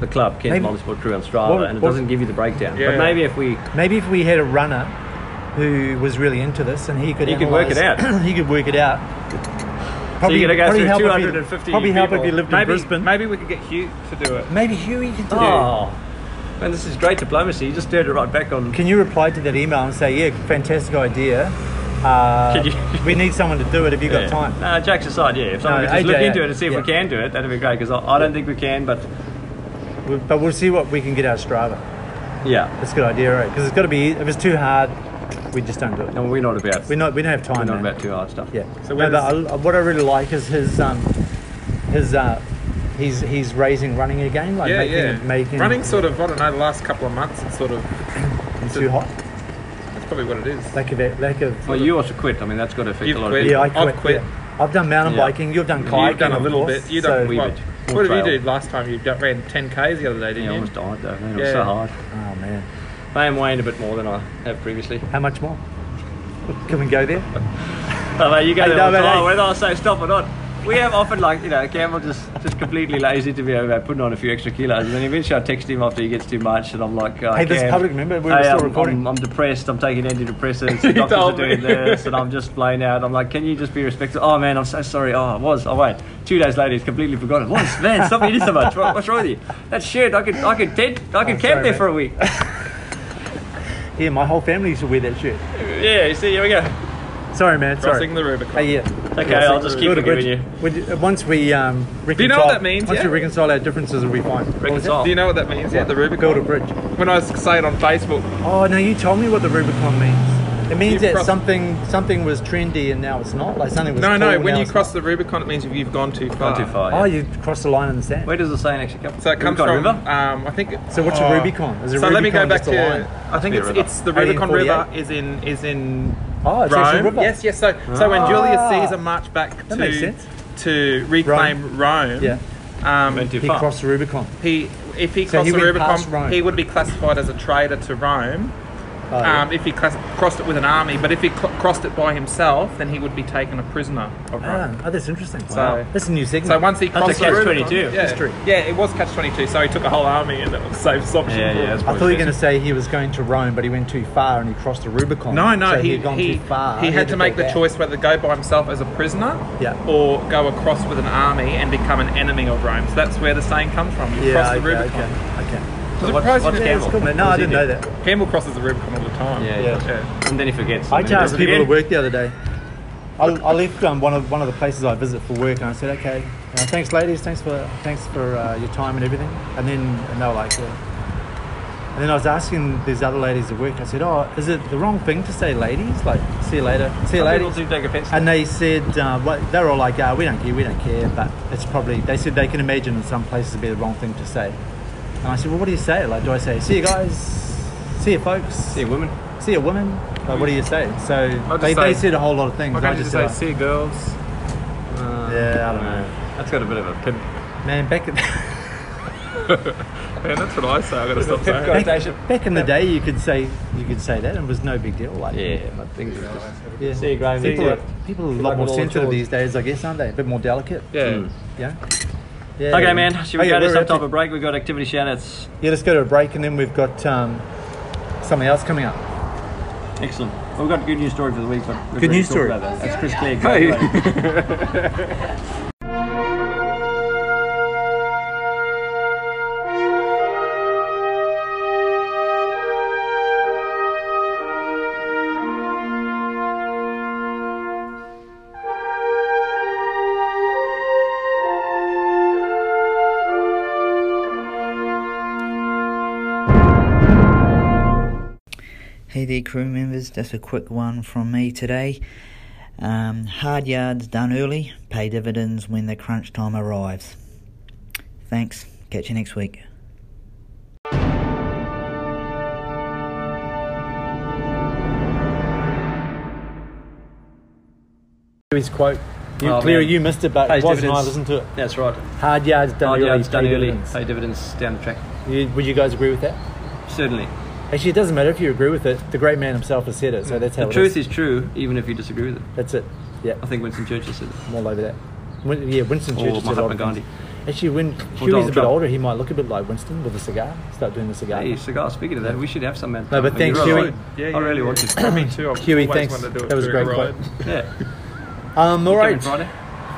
the club, Kent
Maybe-
Motorsport Crew on Strava,
Well,
and it
well-
doesn't give you the breakdown.
Yeah.
But maybe if we
Maybe if we had a runner who was really into this and he could
He could work it
analyse-
out.
he could work it out.
you're gonna go through
help if he-
250
Probably help if he
people.
lived in
maybe
Brisbane.
maybe we could get Hugh to do it.
Maybe Huey could do it.
oh, man, this is great diplomacy. You just turned it right back on.
Can you reply to that email and say, yeah, fantastic idea. Uh,
Can you-
we need someone to do it if you've
Yeah.
got time.
No, jokes aside, yeah. If someone
No,
could just
AJ,
look into
yeah.
it and see if we
Yeah.
can do it, that'd be great. Because I, I don't think we can, but
We- But we'll see what we can get out of Strava.
yeah.
That's a good idea, right? Because it's got to be, if it's too hard, we just don't do it.
And we're not about
We're not, we don't have time.
we're not
man.
about too hard stuff.
Yeah.
So
So
where
no, but I, what I really like is his um, his uh, he's he's raising running again, like
yeah,
making
yeah.
it making
Running sort of I don't know. The last couple of months, it's sort of
it too hot.
that's probably what it is.
Lack of it- lack of
Well, you also quit. I mean, that's got to affect
You've
a lot
quit.
of
yeah. I
I've
quit.
Oh, quit.
yeah. I've done mountain
Yeah.
biking. You've done kayaking.
You've done a
of
little
course,
bit. You done
so-
wee
well,
bit.
What
More
did you
trail.
do last time? You d- ran 10k's the other day,
people.
didn't
Yeah, I
you?
almost died though. Man, it was
Yeah.
so hard.
Oh man,
I am weighing a bit more than I have previously.
how much more? Can we go there?
Oh, mate, you go
Hey,
there
no,
all the
mate,
time,
hey.
whether I say stop or not. We have often like you know Campbell just just completely lazy to be about putting on a few extra kilos, and then eventually I text him after he gets too much, and I'm like, oh,
Hey, this is
Cam,
public, remember? We were
hey, um,
still
I'm,
recording.
I'm, I'm depressed. I'm taking antidepressants. The doctors are
told me.
doing this, and I'm just playing out. I'm like, can you just be respectful? Oh man, I'm so sorry. Oh, I was. Oh wait, two days later, he's completely forgotten. What's man? Stop eating so much. What, what's wrong with you? That shit. I could I could tent, I
Oh,
could camp
sorry,
there
mate.
for a week.
Yeah, my whole family used to wear that shirt.
yeah, you see, here we go.
Sorry, man. Sorry.
Crossing the Rubicon.
Hey, yeah.
Okay, I'll just keep
Build a
forgiving
bridge.
you.
Would you- Once we um, reconcile,
you know what that means,
Once
yeah?
we reconcile our differences, it'll be fine. What was
Reconcile.
Do you know what that means? Yeah, the
it? Build a
Rubicon.
bridge.
When I was saying on Facebook,
Oh no, you told me what the Rubicon means. It means
You've
that
crossed-
something something was trendy and now it's not. Like something was
No,
cool,
no. When
now
you
it's
cross the Rubicon, it means you've gone too far.
Not too far.
not.
yeah.
oh, you crossed the line in the sand.
Where does the saying actually come from?
So it comes
Rubicon
from.
River?
Um, I think.
So what's a
oh.
Rubicon? Is a
so let me go
Rubicon
back
just a line?
to. I think
be a
it's
river.
it's the Rubicon River
1848.
is in is in.
Oh, it's
Rome.
actually a river.
Yes, yes. So so when Julius
Ah.
Caesar marched back
That
to
makes sense.
to reclaim Rome,
Yeah.
um,
Went too
He
far.
crossed the Rubicon.
he if he
So
crossed
he
the
went past Rome.
Rubicon, he would be classified as a traitor to Rome.
Oh, yeah.
Um, if he class- crossed it with an army, but if he cl- crossed it by himself, then he would be taken a prisoner of Rome.
Ah, oh, that's interesting.
So-
that's a new segment.
So once he
That's a
crossed
catch
the Rubicon,
22.
yeah,
History.
yeah, it was catch twenty two. So he took a whole army, and that was the safest option.
Yeah, yeah. that's
I thought you were going to
probably
say he was going to Rome, but he went too far and he crossed the Rubicon.
No, no,
so
he
had gone
he,
too far.
he had to
go
make the
back.
choice whether to go by himself as a prisoner,
Yeah.
or go across with an army and become an enemy of Rome. So that's where the saying comes from. You
Yeah,
cross the
okay,
Rubicon.
Okay, okay.
So
I'm
what's-
surprised
what's
you
Yeah,
didn't-
that's
Campbell?
cool, man. No, I
What's he
didn't know
do?
that.
Campbell crosses the Rubicon all the time.
Yeah,
Yeah.
yeah.
And then he forgets.
I
and then he
charged
does it
people to
again.
work the other day. I, I left um, one of one of the places I visit for work, and I said, "Okay, you know, thanks, ladies. Thanks for thanks for uh, your time and everything." And then and they were like, yeah. And then I was asking these other ladies at work. I said, "Oh, is it the wrong thing to say, ladies? Like, see you later, see you
Some people
ladies."
do take offense.
And they said, uh, what, they were all like, uh, we don't care, we don't care, but it's probably, they said they can imagine in some places it'd be the wrong thing to say. And I said, well, what do you say? Like, do I say, see you guys, see you folks,
See a woman.
see you women? Like, what do you say? So
just
they, they
say-
said a whole lot of things.
Why
and I
can't you
just
just
said,
say, see you, girls?
yeah, I don't know.
That's got a bit of a pimp.
Man, back in, back,
Man, that's what I say. I've got to stop saying it.
Connotation.
back in the day, you could say, you could say that and it was no big deal. Like,
Yeah, my things are just.
yeah.
See you, Graham.
People
See
are,
you.
people are a
Good
lot
luck
more
with all the
sensitive
chores.
these days, I guess, aren't they? A bit more delicate,
Yeah.
yeah? Yeah.
Okay, man. Should we
Okay,
go to
we're
some
at the-
type of break? We've got activity shoutouts.
Yeah, let's go to a break and then we've got um, something else coming up.
Excellent. Well, we've got a good news story for the week. But we've
Good
already
news
talked
story.
about that. That's Chris Clegg.
Hey there, crew members. Just a quick one from me today. Um, hard yards done early pay dividends when the crunch time arrives. Thanks. Catch you next week.
His quote. You,
Oh,
Cleo,
man.
you missed it, but
Pays
it wasn't. I
dividends.
listened to it.
That's right.
Hard yards done
Hard
early.
yards done
pay
early.
dividends.
Pay dividends down the track.
You, would you guys agree with that?
Certainly.
Actually, it doesn't matter if you agree with it. The great man himself has said it, so that's how
Mm. The
it
truth is true, even if you disagree with it.
That's it. Yeah,
I think Winston Churchill said it.
I'm all over that. Win, yeah, Winston
Or
Churchill said a lot
Oh, Mahatma
of
Gandhi.
things. Actually, when Huey's
Donald
a bit
Trump.
older, he might look a bit like Winston with a cigar. Start doing the cigar.
Hey,
thing.
cigar, speaking of that, we should have some man.
No, but thanks,
You're right.
Huey.
Yeah,
I
yeah,
really
yeah.
want to.
Me too. I've
Huey,
always
thanks.
wanted to do it
That was a
during
great
a ride.
quote.
yeah.
Um, all
Coming
right,
Friday.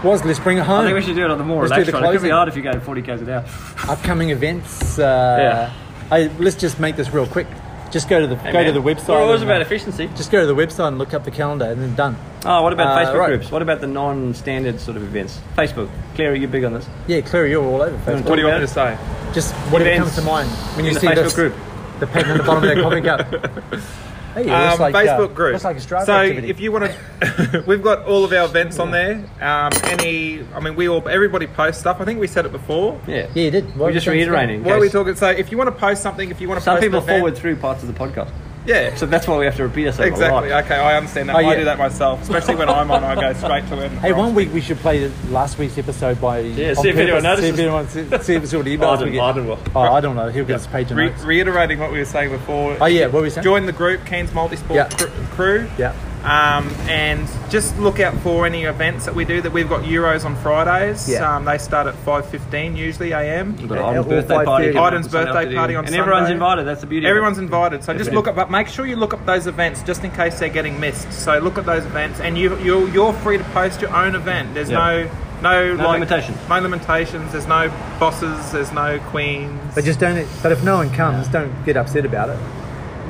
was let's bring it
I
home.
think we should do it on the more
Let's do
relaxed
the
one. It could be
closing.
hard if you're going 40 k's an hour.
Upcoming events. Uh, I, let's just make this real quick. Just go to the
Hey,
go to
man.
the website.
Well, it was
and,
about
uh,
efficiency.
Just go to the website and look up the calendar, and then done.
Oh, what about
Uh,
Facebook
right.
groups? What about the non-standard sort of events? Facebook. Claire, are you big on this?
Yeah, Claire, you're all over
wanna
Facebook.
What do you want me to say?
Just whatever
Events
comes to mind when you
in the
see
Facebook
this,
group.
the pattern at the bottom of that coffee cup. Hey, it looks
Um,
like, uh,
Facebook group.
Looks like a Strava
so
activity.
if you want to, we've got all of our events on there. Um, any, I mean, we all everybody posts stuff. I think we said it before.
Yeah.
yeah, you did.
We're just reiterating. in
What are we
case-
talking? So if you want to post something, if you want to
Some
post
people
an event-
forward through parts of the podcast.
Yeah.
So that's why we have to repeat ourselves
Exactly.
a lot.
Okay, I understand that.
Oh,
I
yeah.
do that myself, especially when I'm on. I go straight to it.
Hey, one week we should play last week's episode by. Yeah,
see if anyone
See
notices.
if anyone see, see if it's all the emails we
Arden,
get.
Arden will.
Oh, I don't know. He'll get us a page of
Re-
notes.
reiterating what we were saying before.
Oh yeah, what were we saying?
Join the group, Cairns
Yeah.
Multisport cr- Crew.
Yeah.
Um, and just look out for any events that we do. That we've got Euros on Fridays.
Yeah.
Um, they start at five fifteen usually a.m.
We've got
Yeah,
Arden's
all
birthday
5:30.
party. coming up
Arden's
on Sunday
birthday
afternoon.
party on
And everyone's
Sunday.
invited. That's the beauty
Everyone's
of
invited, so just
Yeah.
look up. But make sure you look up those events, just in case they're getting missed. So look at those events, and you you're, you're free to post your own event. There's
Yeah.
no no,
No
like,
limitations.
No limitations. There's no bosses. There's no queens.
But just don't. But if no one comes, don't get upset about it.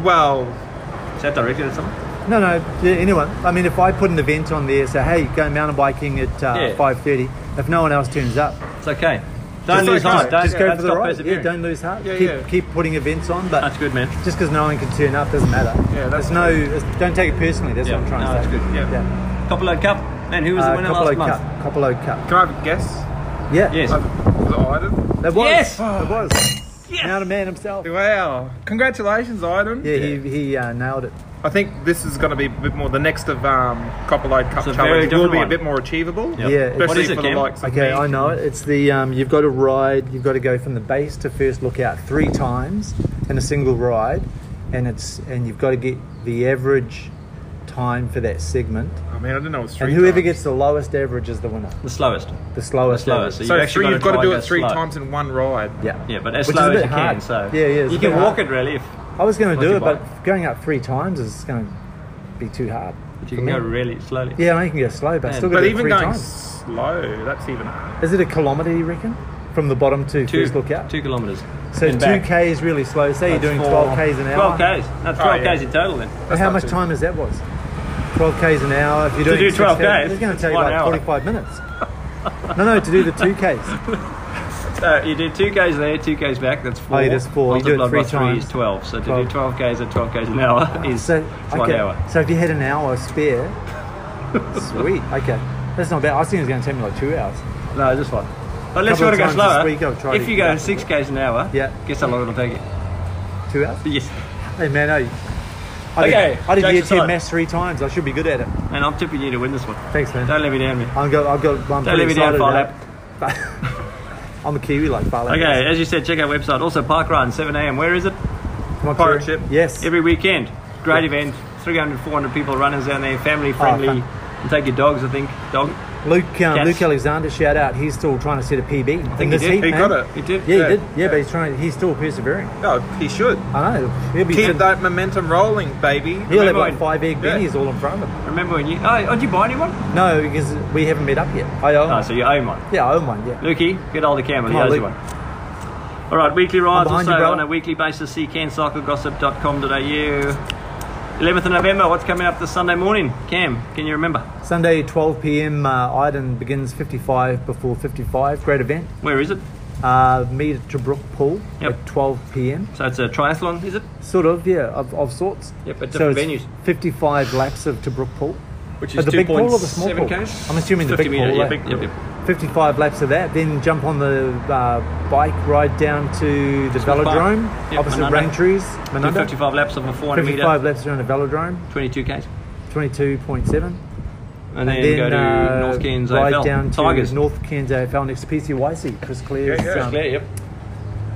well,
it. Is that directed at someone?
No, no, yeah, anyone. I mean, if I put an event on there, say, hey, go mountain biking at uh,
Yeah.
five thirty. If no one else turns up,
It's okay. Don't
Just
lose
go.
heart. Don't-
Just go
don't
for the
stop
ride. Yeah,
persevering.
don't lose heart.
Yeah,
keep,
yeah.
keep putting events on, but
that's good, man.
Just because no one can turn up doesn't matter. Yeah, that's no. it's- Don't take it personally. That's what I'm trying
no,
to
that's
say.
good.
Yeah.
Coppolo Cup. Man, who was the
Uh,
winner
Coppolo
last month?
Cup. Uh, Coppolo Cup.
Can I have a guess?
Yeah.
Yes.
Was it Iden?
That was. Oh,
Yes!
It was. Now the man himself.
Wow. Congratulations, Iden.
Yeah, he, he uh, nailed it.
I think this is going to be a bit more. The next of um, Copperload Cup
It's a very
challenge will
different
be a
one.
bit more achievable.
Yeah.
especially
it's-
for the likes of
Okay,
me.
I know it. It's the um, you've got to ride. You've got to go from the base to first lookout three times in a single ride, and it's and you've got to get the average time for that segment.
I mean, I didn't know it was three.
And whoever
times.
gets the lowest average is the winner.
The slowest.
The slowest.
The slowest.
average.
you've
so
actually
three,
gotta
you've got to do
try and
it
go
three
slow.
times in one ride.
Yeah.
Yeah, but as
Which is a
slow as
bit
you
hard.
can. So
Yeah, yeah, it's
You
a
can
bit
walk
hard.
it really if
I was going to
Like
do
your
it, but going up three times is going to be too hard.
but you
for
can go
me.
really slowly.
Yeah, I mean, you can go slow, but I
Man,
still got
But
to do it
even
three
going
times.
slow, that's even harder.
Is it a kilometre? You reckon? From the bottom to
Two,
first lookout.
two kilometers.
So
And
two
back.
k is really slow. Say you're
That's
doing
four-
twelve k's an hour.
12 k's. That's
Oh,
12
yeah.
k's in total then.
That's
How
not
much
too-
time is that was? 12 k's an hour. If you're doing
do
6
12
k's,
Ks,
it's going to
it's
take you
one
like
hour.
45 minutes. No, no, to do the 2 k's.
So you do two k's there, two k's back. That's four.
Oh, yeah, that's four. You do it
Multiplied by
three times.
is twelve. So to
Twelve.
do twelve k's at twelve k's an hour is
So,
it's one
okay,
hour.
so if you had an hour spare, sweet. Okay, that's not bad. I was thinking it was going to take me like two hours.
No, just one. Unless you
Couple of
want to go
times this
slower.
week I've tried
if
to
you
do
go
that.
six k's an hour,
Yeah.
guess how long it'll take you?
Two hours?
Yes.
Hey, man, I, I
Okay,
did, I did
jokes
year 10
aside.
maths three times. I should be good at it.
And I'm tipping you to win this one.
Thanks, man.
Don't let me down, man.
I'm go, I've got, I'm
Don't
pretty
let me down,
excited
far
about
lap.
it. I'm a Kiwi like Farlap.
Okay, as you said, check our website. Also, Park Run, 7 a.m. Where is it?
Come on,
Pirate
Kiwi.
ship.
Yes.
Every weekend. Great event. 300, 400 people, runners down there, family friendly.
Oh, fun.
and take your dogs, I think. Dog.
Luke, um,
Yes.
Luke Alexander, shout out. He's still trying to set a PB. I
think he did.
He got it.
You did?
Yeah,
Yeah.
he did. Yeah, but he's trying. He's still persevering.
No, he should.
I know. He'll be.
Keep that momentum rolling, baby.
He'll have
Remember
like
when-
five egg
Yeah.
bennies all in front of him.
Remember when you. Oh, did you buy anyone?
No, because we haven't met up yet. I own.
No,
one.
so you own one.
Yeah, I own one. Yeah.
Lukey, get hold of Campbell. He
Oh. Come on,
owes you
Luke.
one. All right, weekly rides
behind you,
also
brother.
on a weekly basis. See cancyclegossip.com.au. 11th of November, what's coming up this Sunday morning? Cam, can you remember?
Sunday, 12 p.m. Uh, Iden begins 55 before 55. Great event.
Where is it?
Uh, meet at Tobruk Pool
Yep.
at 12 p.m.
So it's a triathlon, is it?
Sort of, yeah, of, of sorts.
Yep, at
so
different
it's
venues.
55 laps of Tobruk Pool.
Which
At the big pool or the small pool? I'm assuming the
50
big
meter,
pool.
yeah,
eh?
big pool. Yep,
55 laps of that, then jump on the uh, bike ride down to the
Small park.
velodrome,
Yep,
opposite
Monunda.
Raintrees,
Do
Monunda.
55 laps of a 400
55
meter,
laps around the velodrome,
22 k,
22.7.
and then, go to
uh,
North Cairns
ride
AFL.
down to
Tigers.
North Cairns AFL next PCYC. Chris Clear's
Yeah, yeah.
um,
yep.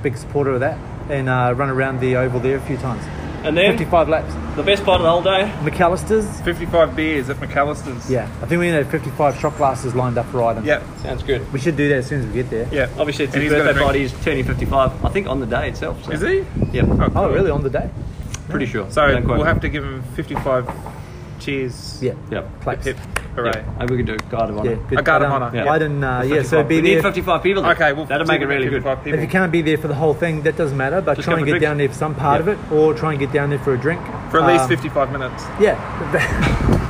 big supporter of that, and uh, run around the oval there a few times.
And then
55 laps.
the best part of the whole day.
McAllister's.
55 beers at McAllister's.
Yeah, I think we need 55 shot glasses lined up for item.
Yeah.
Sounds good.
We should do that as soon as we get there.
Yeah.
Obviously, it's
And
his
he's gonna
birthday
drink-
party. He's turning 55. I think on the day itself. So.
Is he?
Yep.
Oh,
cool.
really? On the day?
Pretty sure.
So
Don't quote
we'll
me.
have to give him 55 cheers.
Yeah.
Yep.
Plates.
Hip, hooray.
Yep. And we could do guard of honor.
Yeah, good.
I got him
But,
on
um,
it.
Yeah.
I didn't. Uh, yeah, so
55.
be
We need
there.
55 people. then.
Okay, well,
that'll make it really good.
55
If
People.
you can't be there for the whole thing, that doesn't matter. But
Just
try
go
and
for
get
a
down
drink.
there for some part
Yeah.
of it, or try and get down there for a drink.
For at least
Um,
55 minutes.
Yeah,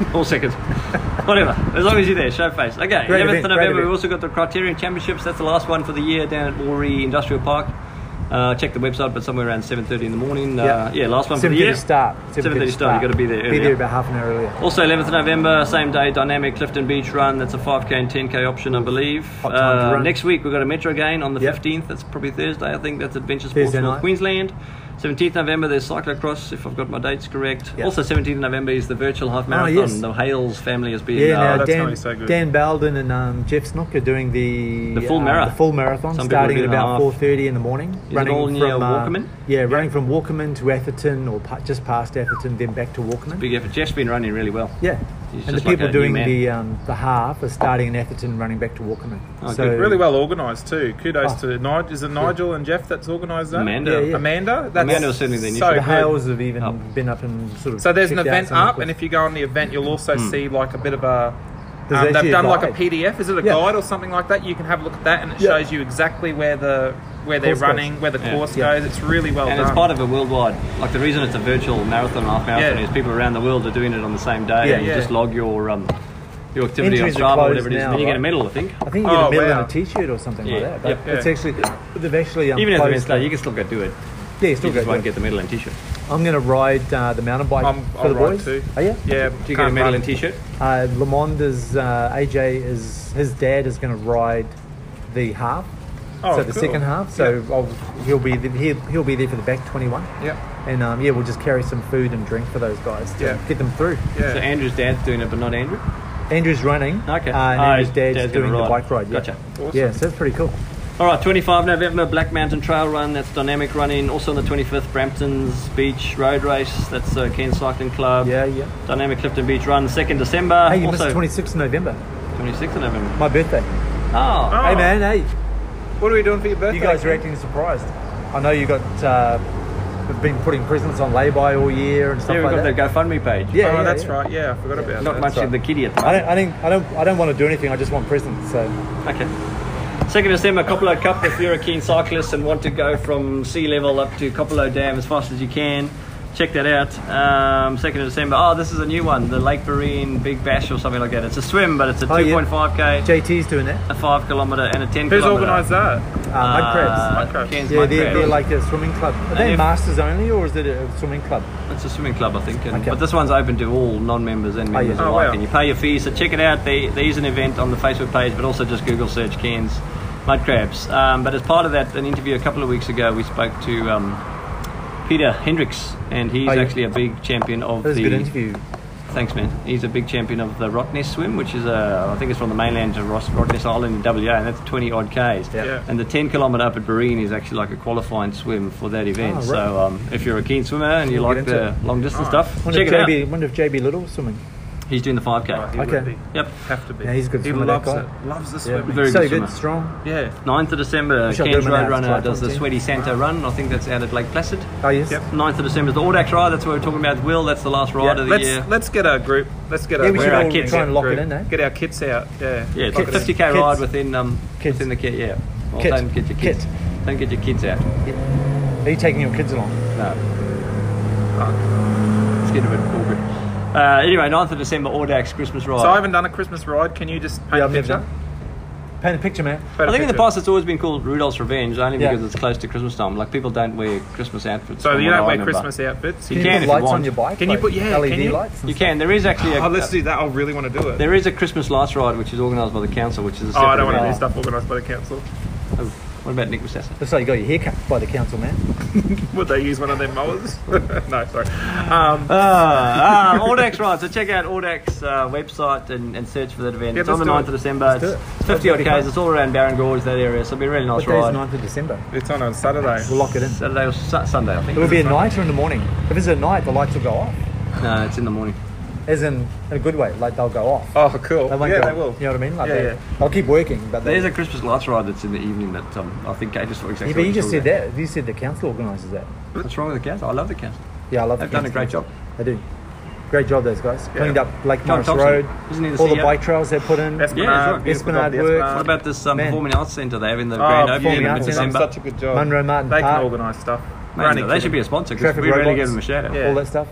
All seconds. Whatever. As long as you're there, show face. Okay,
Great
11th
event,
of
great
November,
event.
we've also got the Criterion Championships. That's the last one for the year down at Warri Industrial Park. Uh, check the website, but somewhere around 7.30 in the morning. Uh, yeah, last one for the
7:30
year.
start.
7:30 start, you gotta be there
Be
earlier.
there about half an hour earlier.
Also, 11th of November, same day, Dynamic Clifton Beach Run. That's a 5k and 10k option, I believe.
Hot time to
Uh,
run.
next week, we've got a Metro again on the
Yep.
15th. That's probably Thursday, I think. That's Adventure Sports
Thursday
North
night.
Queensland. 17th November, there's Cyclocross, if I've got my dates correct.
Yep. Ah,
Also, 17th November is the virtual half marathon.
yes.
The Hales family has been
Yeah,
uh,
now
that's gonna
Dan,
be so good.
Dan Belden and um, Jeff Snook are doing the
The full
uh,
marathon.
the full marathon,
Some people are
starting at
doing the
about
half.
four thirty in the morning. uh,
it all near Walkerman?
Yeah, running from Walkerman to Atherton, or pa- just past Atherton, then back to Walkerman.
Big effort. Jeff's been running really well.
Yeah. and
He's
the
just like
people
a new
doing
man.
the um, the half are starting in Atherton, running back to Walkerman.
Oh,
so
good.
Really well organised too. Kudos
Oh.
to Nigel. Is it Nigel and Jeff that's organised that?
Amanda.
Yeah, yeah.
Amanda. That's
Amanda was certainly the
so
initiative.
the
good.
Hales have even
Oh.
been up and sort of.
So there's an
checked out
event
some of
up,
the-
and if you go on the event, you'll also see like a bit of a.
There's
Um,
Hmm. actually
they've
a
done like a
guide.
PDF. Is it a
Yeah.
guide or something like that? You can have a look at that, and it
Yeah.
shows you exactly where the where they're
Course goes.
running, where the
Yeah.
course
Yeah.
goes. It's really
uh,
well
And
done.
it's part of a worldwide. Like the reason it's a virtual marathon, half marathon,
Yeah.
is people around the world are doing it on the same day.
Yeah,
and you
yeah.
just log your um, your activity
Entries
on
are
Strava,
closed
whatever it is,
now,
and then you get a
right?
medal, I think.
I think you get a medal and a T-shirt or something like
Oh, Yeah,
that. But
yep,
it's
yeah.
actually they've actually um,
Even as an
closed
installer,
the-
you can still go do it.
Yeah, you still
you just
go
won't
do
get the medal and T-shirt. Do
I'm going to ride uh, the mountain bike
I'm-
for
I'll
the
ride
boys.
too.
Are you?
Yeah, Do you get a can't medal run. and t-shirt?
Uh, Lamond is uh, AJ is his dad is going to ride the half.
Oh,
so the
cool.
second half. So I'll, he'll be the, he'll, he'll be there for the back 21.
Yep.
And um, yeah, we'll just carry some food and drink for those guys to
Yeah.
get them through.
So Andrew's dad's doing it, but not Andrew.
Andrew's running.
Okay.
Uh, and
Oh,
Andrew's
his
dad's,
dad's gonna
doing the
ride.
bike ride. Yeah.
Gotcha. Awesome.
Yeah, so that's pretty cool.
All right, 25 November, Black Mountain Trail Run. That's dynamic running. Also on the 25th, Brampton's Beach Road Race. That's uh, Cairns Cycling Club. Yeah,
yeah.
Dynamic Clifton Beach Run, 2nd December.
hey, you
also
missed 26th of November.
26th of November.
My birthday.
Oh.
Hey man, hey.
What are we doing for your birthday?
You guys are acting surprised. I know you got uh, have been putting presents on lay-by all year and stuff
Yeah, we've
like
got
that.
that GoFundMe page.
Yeah,
oh,
yeah,
that's
yeah.
right. Yeah, I forgot about
Not
that.
much
That's
in the kitty at the
I
moment.
don't, I don't, I don't, I don't want to do anything. I just want presents. So
Okay. 2nd December, Coppola Cup. If you're a keen cyclist and want to go from sea level up to Coppola Dam as fast as you can, check that out. Um, 2nd of December. Oh, this is a new one, the Lake Barine Big Bash or something like that. It's a swim, but it's a
Oh, yeah.
2.5k,
JT's doing that.
a 5 kilometre, and a 10
Who's
kilometre.
organised
that?
Uh, mud crabs.
Cairns
Yeah,
Mud
they're,
Crabs.
they're like a swimming club. Are
And
they
if-
masters only, or is it a swimming club?
It's a swimming club, I think. And,
Okay.
But this one's open to all non-members and
Oh, yeah.
members
Oh,
alike.
wow.
And you pay your fees, so check it out. There, there is an event on the Facebook page, but also just Google search Cairns Mud Crabs. Um, but as part of that, an interview a couple of weeks ago, we spoke to um, Peter Hendricks, and he's
Oh, yeah.
actually a big champion of
That was a
the...
good interview.
Thanks, man. He's a big champion of the Rottnest swim, which is a, I think it's from the mainland to Ross, Rottnest Island in WA, and that's 20 odd Ks.
Yeah. Yeah.
And the 10 kilometre up at Barine is actually like a qualifying swim for that event.
Oh, right.
So um, if you're a keen swimmer and you
We'll get
like
into
the
it.
long distance stuff,
Wonder
check
if
it out.
JB, wonder if JB Little's swimming.
He's doing the 5K.
He
Okay.
would be.
Yep.
Have to be.
Yeah, he's a good
He
swimmer,
loves
that guy.
it. Loves the
Yeah.
swimming.
Very
so
good swimmer.
good, strong.
Yeah.
9th of December,
We shall
Cairns
do them now,
Roadrunner
it's
does the
5:20.
Sweaty Santa run. I think that's out at Lake Placid.
Oh yes.
9th of December is the Audax ride. That's what we're talking about with Will. That's the last ride of the
let's,
year.
let's get our group. Let's get
Yeah,
our,
we should
Where are our
all
kids
try and
out
lock it
group.
in, eh?
Get our kits out. Yeah.
Yeah, it's
Lock
a
it in.
50k ride within um within the kit. Yeah. Well,
Kids.
don't get your kids. Don't get your kids out.
Are you taking your kids along?
No. Ah. It's getting a bit awkward. Uh, anyway, 9th of December, Audax Christmas ride.
So I haven't done a Christmas ride. Can you just paint
Yeah,
a
I've never
picture?
done. Paint a picture, man.
I think in the past it's always been called Rudolph's Revenge, only
Yeah.
because it's close to Christmas time. Like people don't wear Christmas outfits.
So
from
you
what
don't
I
wear
remember.
Christmas outfits?
You can if you want.
Can you put
E
yeah? can you?
You can. There is actually a.
Oh, let's do that. I really want to do it.
There is a Christmas lights ride which is organised by the council, which is. A
oh, I
separate
don't want to do
event.
stuff organised by the council.
Oh, What about Nick Mustasa?
Looks like you got your haircut by the council, man.
Would they use one of their mowers? no, sorry. Um,
Ah, ah, Audax ride. So check out Audax uh, website and, and search for that event.
Yeah,
it's on the
let's do
9th
it.
of December.
Let's do
It's
it.
50 odd
That'd be
k's. It's all around Barron Gorge, that area. So it'll be a really nice
What day is
ride.
9th of December?
It's on on Saturday.
We'll lock it in.
Saturday or su- Sunday, I think.
It will be at night or in the morning. If it's at night, the lights will go off.
No, it's in the morning.
As in, in a good way, like they'll go off.
Oh, cool.
They won't
Yeah,
go,
they will.
You know what I mean? Like
Yeah,
they,
yeah.
They'll keep working, but they.
There's a Christmas lights ride that's in the evening that um, I think I just saw exactly.
yeah, but you just said that. You said the council organises that.
What's wrong with the council? I love the council.
Yeah, I love.
They've
the
done a
council.
great job.
They do. Great job, those guys. Cleaned up Lake
John
Morris
Thompson.
Road.
Isn't he the
all the
CEO?
bike trails they put in.
Esplanade,
Yeah, that's right.
Esplanade
Beautiful
work.
job,
What about this um,
Man.
performing arts centre they have in the
Oh,
grand
performing
opening in
arts centre.
December?
Such a good job.
Munro Martin
They can
Park.
organise stuff.
Mate,
Only
they should
kidding.
be a sponsor because
Traffic
we really
robots.
give them a shout out.
Yeah.
All that stuff.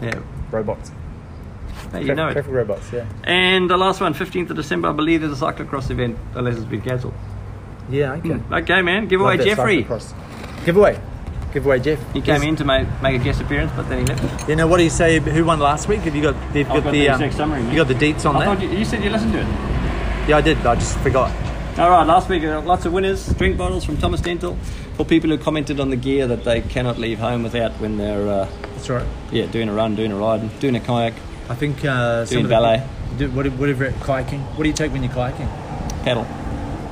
Yeah.
Robots.
Hey, you
Traffic-
know it.
traffic robots. Yeah.
And the last one, 15th of December, I believe there's a cyclocross event, unless it's been cancelled.
Yeah. Okay.
Okay, man, give away
Love that
Mm. Jeffrey.
cyclocross. Giveaway. Giveaway, Jeff.
He came
He's-
in to make, make a guest appearance, but then he left.
You know what do you say? Who won last week? Have you got? They've
I've
got,
got
the,
the
um,
exact summary,
You
mate.
got the deets on that.
I thought you, you said you listened to it.
Yeah, I did. but I just forgot.
All right, last week, uh, lots of winners. Drink bottles from Thomas Dental for people who commented on the gear that they cannot leave home without when they're uh,
That's all right.
yeah doing a run, doing a ride, doing a kayak,
I think uh,
Doing ballet.
Do, what- whatever kayaking. What do you take when you're kayaking?
paddle.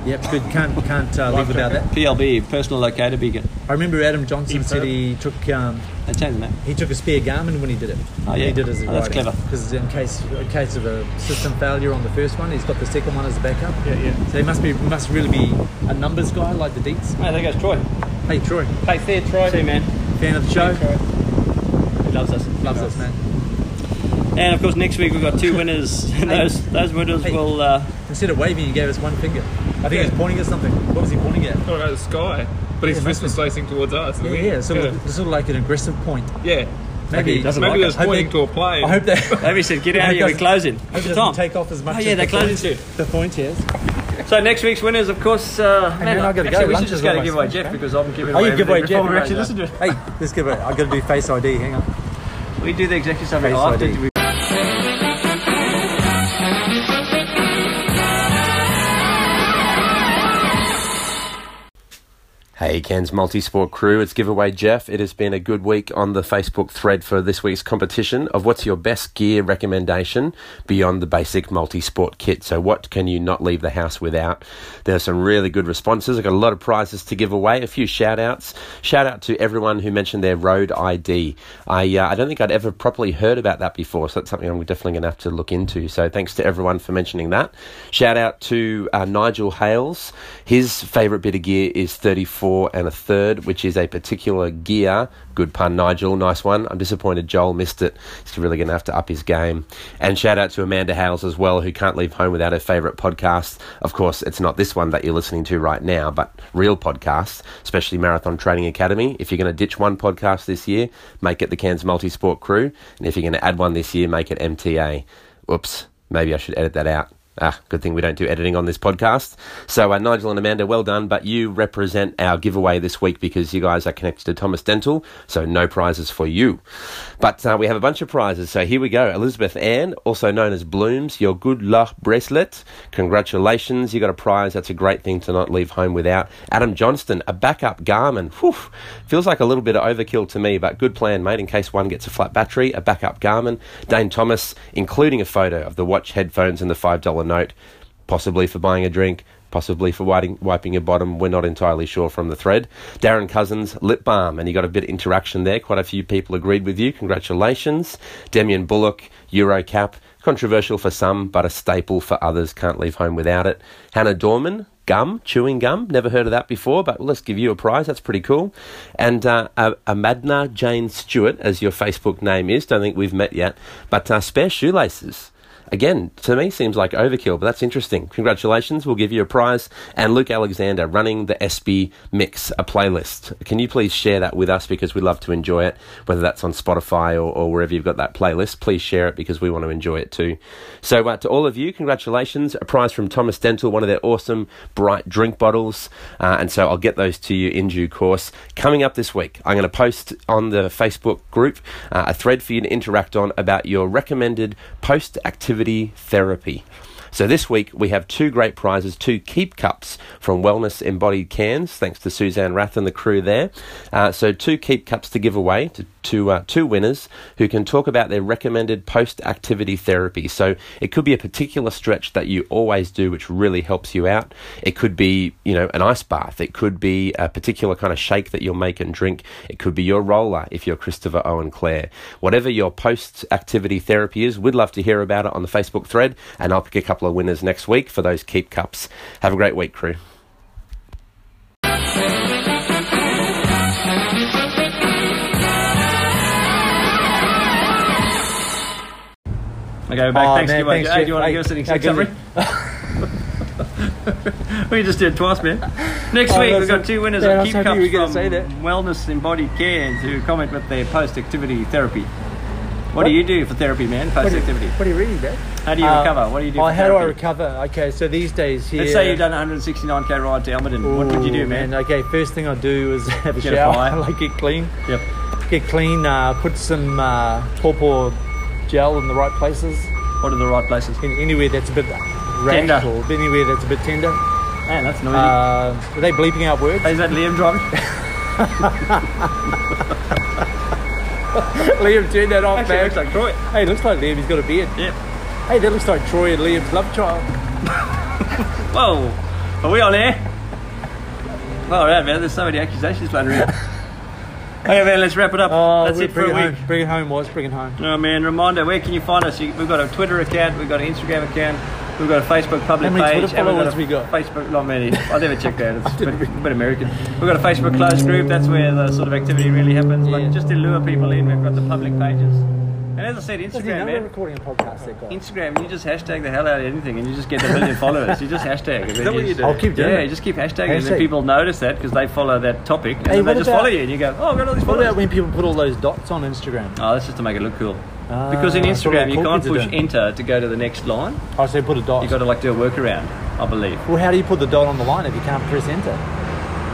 Yep, good. Can't can't uh, live without that.
PLB, personal locator beacon.
I remember Adam Johnson
Info.
said he took um,
They changed the name.
he took a spare Garmin when he did it.
Oh, yeah.
he did as a
Oh, that's clever.
Because in case in case of a system failure on the first one, he's got the second one as a backup.
Yeah, yeah.
So he must be must really be a numbers guy like the deets.
Hey, there goes Troy.
Hey Troy,
Hey, there, Troy. See you, man.
fan of the show,
He loves us.
loves us man.
And of course, next week we've got two winners. And those those winners
Hey.
will. Uh,
Instead of waving, he gave us one finger. I think he was pointing at something. What was he pointing at?
Talking about the sky, but
Yeah,
he's
must
wrist was facing towards us.
Yeah,
isn't he?
yeah, sort of, sort of like an aggressive point.
yeah.
Maybe he doesn't maybe like it. there's pointing to a plane.
I hope that.
Maybe he said, "Get out of here, we're closing."
Hope it
Tom.
doesn't take off as much.
Oh, yeah,
as
they're
the point-
closing
The point is.
So next week's winners, of course, uh, man,
then I gotta
actually,
go.
we should
Lunch
just
is
go to
almost
give away
done,
Jeff
okay?
because I'm giving
Oh,
away
you give away
everything
Jeff.
before
We're
we
actually
go.
listen to it. Hey, let's give it. I got to do Face ID. Hang on.
We do the executive summit
Face
after.
ID.
We-
Hey, Ken's Multisport crew, it's Giveaway Jeff. It has been a good week on the Facebook thread for this week's competition of what's your best gear recommendation beyond the basic multisport kit. So, what can you not leave the house without? There are some really good responses. I've got a lot of prizes to give away, a few shout outs. Shout out to everyone who mentioned their road ID. I, uh, I don't think I'd ever properly heard about that before, so that's something I'm definitely going to have to look into. So, thanks to everyone for mentioning that. Shout out to uh, Nigel Hales. His favourite bit of gear is 34 and a third, which is a particular gear. Good pun, Nigel. Nice one. I'm disappointed Joel missed it. He's really going to have to up his game. And shout out to Amanda Hales as well, who can't leave home without her favourite podcast. Of course, it's not this one that you're listening to right now, but real podcasts, especially Marathon Training Academy. If you're going to ditch one podcast this year, make it the Cairns Multisport Crew. And if you're going to add one this year, make it MTA. Oops, maybe I should edit that out. Ah, good thing we don't do editing on this podcast. So, uh, Nigel and Amanda, well done. But you represent our giveaway this week because you guys are connected to Thomas Dental. So, no prizes for you. But uh, we have a bunch of prizes. So, here we go. Elizabeth Ann, also known as Blooms, your good luck bracelet. Congratulations. You got a prize. That's a great thing to not leave home without. Adam Johnston, a backup Garmin. Whew, feels like a little bit of overkill to me, but good plan, mate, in case one gets a flat battery, a backup Garmin. Dane Thomas, including a photo of the watch, headphones, and the $5 note, possibly for buying a drink, possibly for wiping, wiping your bottom. We're not entirely sure from the thread. Darren Cousins, lip balm, and you got a bit of interaction there. Quite a few people agreed with you. Congratulations. Demian Bullock, Eurocap. Controversial for some, but a staple for others. Can't leave home without it. Hannah Dorman, gum, chewing gum. Never heard of that before, but let's give you a prize. That's pretty cool. And uh, uh, Amadna Jane Stewart, as your Facebook name is. Don't think we've met yet. But uh, spare shoelaces. Again, to me, seems like overkill, but that's interesting. Congratulations, we'll give you a prize. And Luke Alexander running the SB Mix, a playlist. Can you please share that with us because we love to enjoy it, whether that's on Spotify or, or wherever you've got that playlist? Please share it because we want to enjoy it too. So, uh, to all of you, congratulations. A prize from Thomas Dental, one of their awesome bright drink bottles. Uh, and so I'll get those to you in due course. Coming up this week, I'm going to post on the Facebook group uh, a thread for you to interact on about your recommended post activity therapy. So this week we have two great prizes, two keep cups from Wellness Embodied Cairns, thanks to Suzanne Rath and the crew there. Uh, so two keep cups to give away to, to uh, two winners who can talk about their recommended post-activity therapy. So it could be a particular stretch that you always do, which really helps you out. It could be, you know, an ice bath. It could be a particular kind of shake that you'll make and drink. It could be your roller if you're Christopher Owen Clare. Whatever your post-activity therapy is, we'd love to hear about it on the Facebook thread, and I'll pick a couple of winners next week for those keep cups. Have a great week, crew.
Okay, we're back.
Aw,
thanks,
man,
giveaway.
thanks,
Jay,
Jeff.
do you want to
Hey,
give us an
hey,
exact
give
summary? we just did it twice, man. Next
Oh,
week,
that's
we've got
it.
two winners
Yeah, I
of
was
Keep
hoping
Cups
you were gonna
from
say that.
Wellness Embodied Cairns who comment with their post-activity therapy. What, do
What?
you do for therapy, man?
What do you-
Post-activity.
What are you reading, Dad?
How do you recover? What do you do
Oh,
for
how do I
therapy?
recover? Okay, so these days here.
Let's say you've done a 169k ride to Elmerton. what would you
Ooh,
do, man?
Okay, first thing I do is have a
Get a
shower,
fire.
like get clean.
Yep.
Get clean. Uh, put some uh, pawpaw gel in the right places.
What are the right places?
In, anywhere that's a bit rash
Tender.
or anywhere that's a bit tender.
Man, that's noisy.
Uh, are they bleeping out words?
Is that Liam driving?
Liam, turn that off,
Actually,
man.
it looks like Troy.
Hey, it looks like Liam. He's got a beard.
Yep.
Hey, that looks like Troy and Liam's love child.
Whoa, are we on air? All right, man. There's so many accusations flying around. okay, man. Let's wrap it up. That's
we-
it for
bring
a
it
week.
Oh, Uh, Home. Bring it home, was bring it home.
Oh man, reminder, where can you find us? You- We've got a Twitter account, we've got an Instagram account, we've got a Facebook public
How many
page.
Twitter
and we've
followers
got a
we got?
Facebook, not many. I never checked that. It's a bit, bit American. We've got a Facebook closed group. That's where the sort of activity really happens. But just to lure people in, we've got the public pages. And as I said,
Does he know
Instagram,
we're
man.
recording a podcast, that guy?
Instagram, you just hashtag the hell out of anything and you just get a million followers. You just hashtag.
Is that what you do? I'll keep doing
Yeah,
it.
you just keep hashtagging and then
Hashtag.
people notice that because they follow that topic and
Hey,
then they
what
just
about-
follow you and you go, oh, I've got all these
What
followers.
about when people put all those dots on Instagram?
Oh, that's just to make it look cool.
Ah,
because in
that's what all
Instagram,
the
you
cool
can't
kids are
push
doing.
enter to go to the next line.
Oh, so you put a dot.
You've got to like do a workaround, I believe.
Well, how do you put the dot on the line if you can't press enter?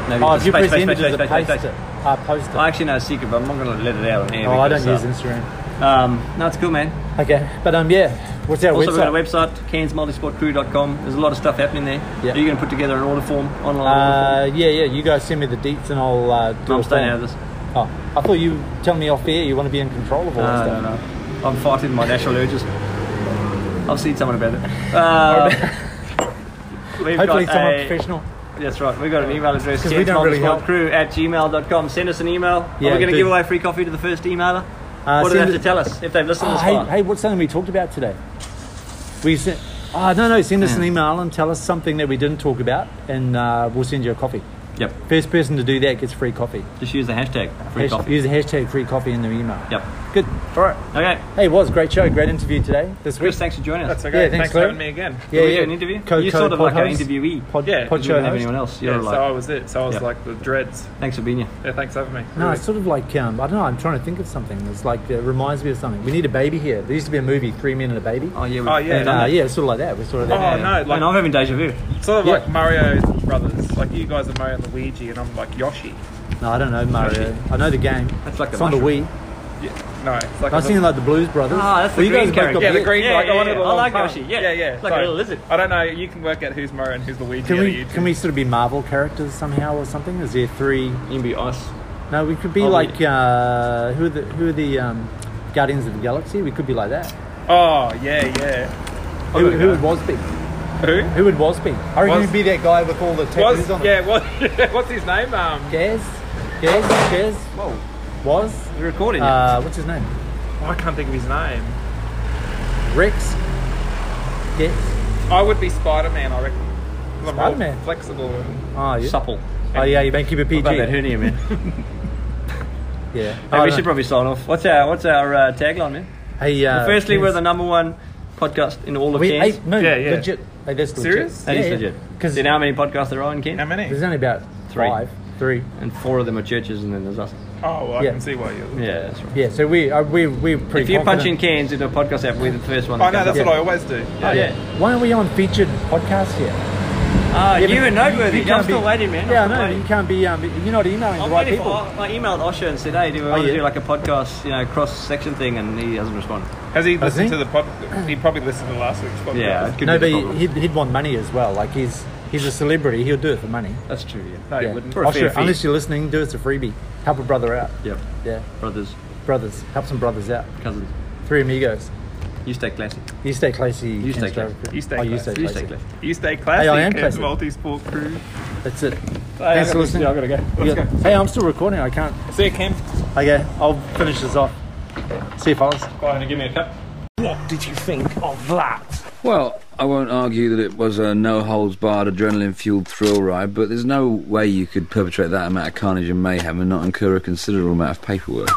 Maybe
oh, if
just
you press
space, space,
enter,
space,
does it
space, space,
paste
space.
it? Ah, post it.
I actually know a secret, but I'm not going to let it out on air.
oh, I don't
because,
use
uh,
Instagram.
Um, no, it's cool, man.
Okay, but um, yeah, what's our
also, we've got a
website?
website, cairnsmultisportcrew.com. There's a lot of stuff happening there.
Yeah.
Are you going to put together an order form online?
Uh, yeah, yeah. You guys send me the deets and I'll uh, do
I'm
a
staying
thing.
out of this.
Oh, I thought you were telling me off air you want to be in control of all this
no,
stuff.
no, no. I'm fighting my natural urges. I've seen someone about it. Uh, we've
Hopefully,
got
someone
a-
professional.
That's right. We've got an email address,
'Cause we don't really help.
crew at gmail.com. Send us an email.
Yeah,
We're going to
do. Uh,
give away free coffee to the first emailer. what do they
send
have to
it-
tell us if they've listened
Oh,
this
hey,
far?
hey, what's something we talked about today? We sent. Oh, no, no. Send us
Hmm.
an email and tell us something that we didn't talk about, and uh, we'll send you a coffee.
Yep.
First person to do that gets free coffee.
Just use the hashtag free
Hash-
coffee.
Use the hashtag free coffee in the email.
Yep.
Good. All right.
Okay.
Hey, it was a great show. Great interview today. This week.
Chris, thanks for joining us.
That's okay.
Yeah, thanks,
thanks, for
Lou.
having me again.
Yeah,
Were you
yeah.
an interview?
Co-
You're
co-
sort of
pod
like an
host.
interviewee.
Pod-
Yeah,
pod
we
show
didn't have
host.
anyone else. You're
Yeah,
like,
so I was it. So I was
Yeah.
like the dreads.
thanks for being here.
Yeah, thanks for having me.
No, it's sort of like um, I don't know. I'm trying to think of something. It's like it reminds me of something. We need a baby here. There used to be a movie, Three Men and a Baby.
Oh, yeah.
Oh, yeah,
And, uh, yeah, it's sort of like that. We're sort of
Oh,
that. now.
no, like-
and I'm having deja vu.
Sort of
Yeah.
like Mario brothers. Like you guys are Mario and Luigi, and I'm like Yoshi.
No, I don't know Mario. I know the game.
That's like
It's
a
on the
mushroom.
Wii.
Yeah, no, it's like
I was thinking like the Blues Brothers.
Ah, that's the
Well, you
green
guys both
character.
got
yeah, the
beard.
green.
Yeah,
like,
yeah,
I, wanted
yeah.
a
I
long
like
tongue.
Yoshi. Yeah.
yeah, yeah.
It's like a little lizard.
I don't know. You can work out who's Mario and who's Luigi.
Can
out of
we
you two.
can we sort of be Marvel characters somehow or something? Is there three?
You can be us.
No, we could be
Oh, we-
like uh, who are the who are the um, Guardians of the Galaxy? We could be like that.
Oh yeah, Oh, yeah.
Who,
gotta
who
go.
would Was be?
Who?
Who would Was be? I reckon
Woz-
you'd be that guy with all the tattoos
Was
on. him.
yeah. What, what's his name? Um.
Gaz, Gaz, Gaz.
Whoa.
Was.
We're recording. yeah.
Uh, what's his name?
oh, I can't think of his name.
Rex. Gaz.
I would be Spider Man. I reckon. 'Cause I'm all
Spider-Man?
Flexible. And,
Oh yeah.
Supple.
Oh yeah, you better keep it PG.
What about that hernia, man?
Yeah.
Hey,
Oh,
we
no.
should probably sign off. What's our What's our uh, tagline, man?
Hey, uh,
Well, firstly, we're
yes.
the number one podcast in all of
we,
Cairns.
hey, no,
Yeah, yeah.
legit. Hey, that's legit.
Serious?
That
Yeah,
is
yeah.
legit. Because
'Cause
do you know how many podcasts there are in Cairns?
how many?
There's only about
Three.
five, three.
And four of them are churches, and then there's us.
Oh, well, I
Yeah.
can see why you.
Yeah, that's right.
Yeah, so we are we we're pretty.
if you punch in
confident.
Cairns into a podcast app, we're the first one.
Oh
that
no,
comes
that's
up.
what I always do.
Oh, yeah.
why aren't we on featured podcasts here?
Ah, you were noteworthy.
you
I'm
can't
still
be-
waiting, man.
Yeah,
I'm
I
still
know.
waiting.
You can't be. Um, you're not emailing
I'm
the right
waiting
people. Oh,
for. I emailed Osher and said, "Hey, do we want to
yeah?
do like a podcast, you know, cross section thing?" And he hasn't responded.
Has he listened
he?
to the pod? He probably listened to last week's podcast.
Yeah, it could
no,
be
but
the problem.
he'd, he'd want money as well. Like he's he's a celebrity. He'll do it for money.
that's true. Yeah.
No, he
yeah.
wouldn't.
For a
Oh,
fair
sure,
fee.
unless you're listening, do us a freebie. Help a brother out.
Yep.
Yeah,
Brothers,
brothers. Help some brothers out.
cousins,
Three amigos.
you stay classy.
You stay classy.
You stay
Kenstro.
classy.
Oh,
You stay
You
classy.
stay
You stay
classy.
classy.
You stay classy.
Hey, I am
Kev,
classy.
Multi-sport crew.
That's it.
I
Thanks
gotta-
for listening.
I gotta go. Let's
Yeah.
go.
Hey, I'm still recording. I can't.
See you, Kim.
Okay, I'll finish this off. See you, fellas.
Bye, and give me a cup.
What did you think of that?
Well, I won't argue that it was a no holds barred, adrenaline fueled thrill ride, but there's no way you could perpetrate that amount of carnage and mayhem and not incur a considerable amount of paperwork.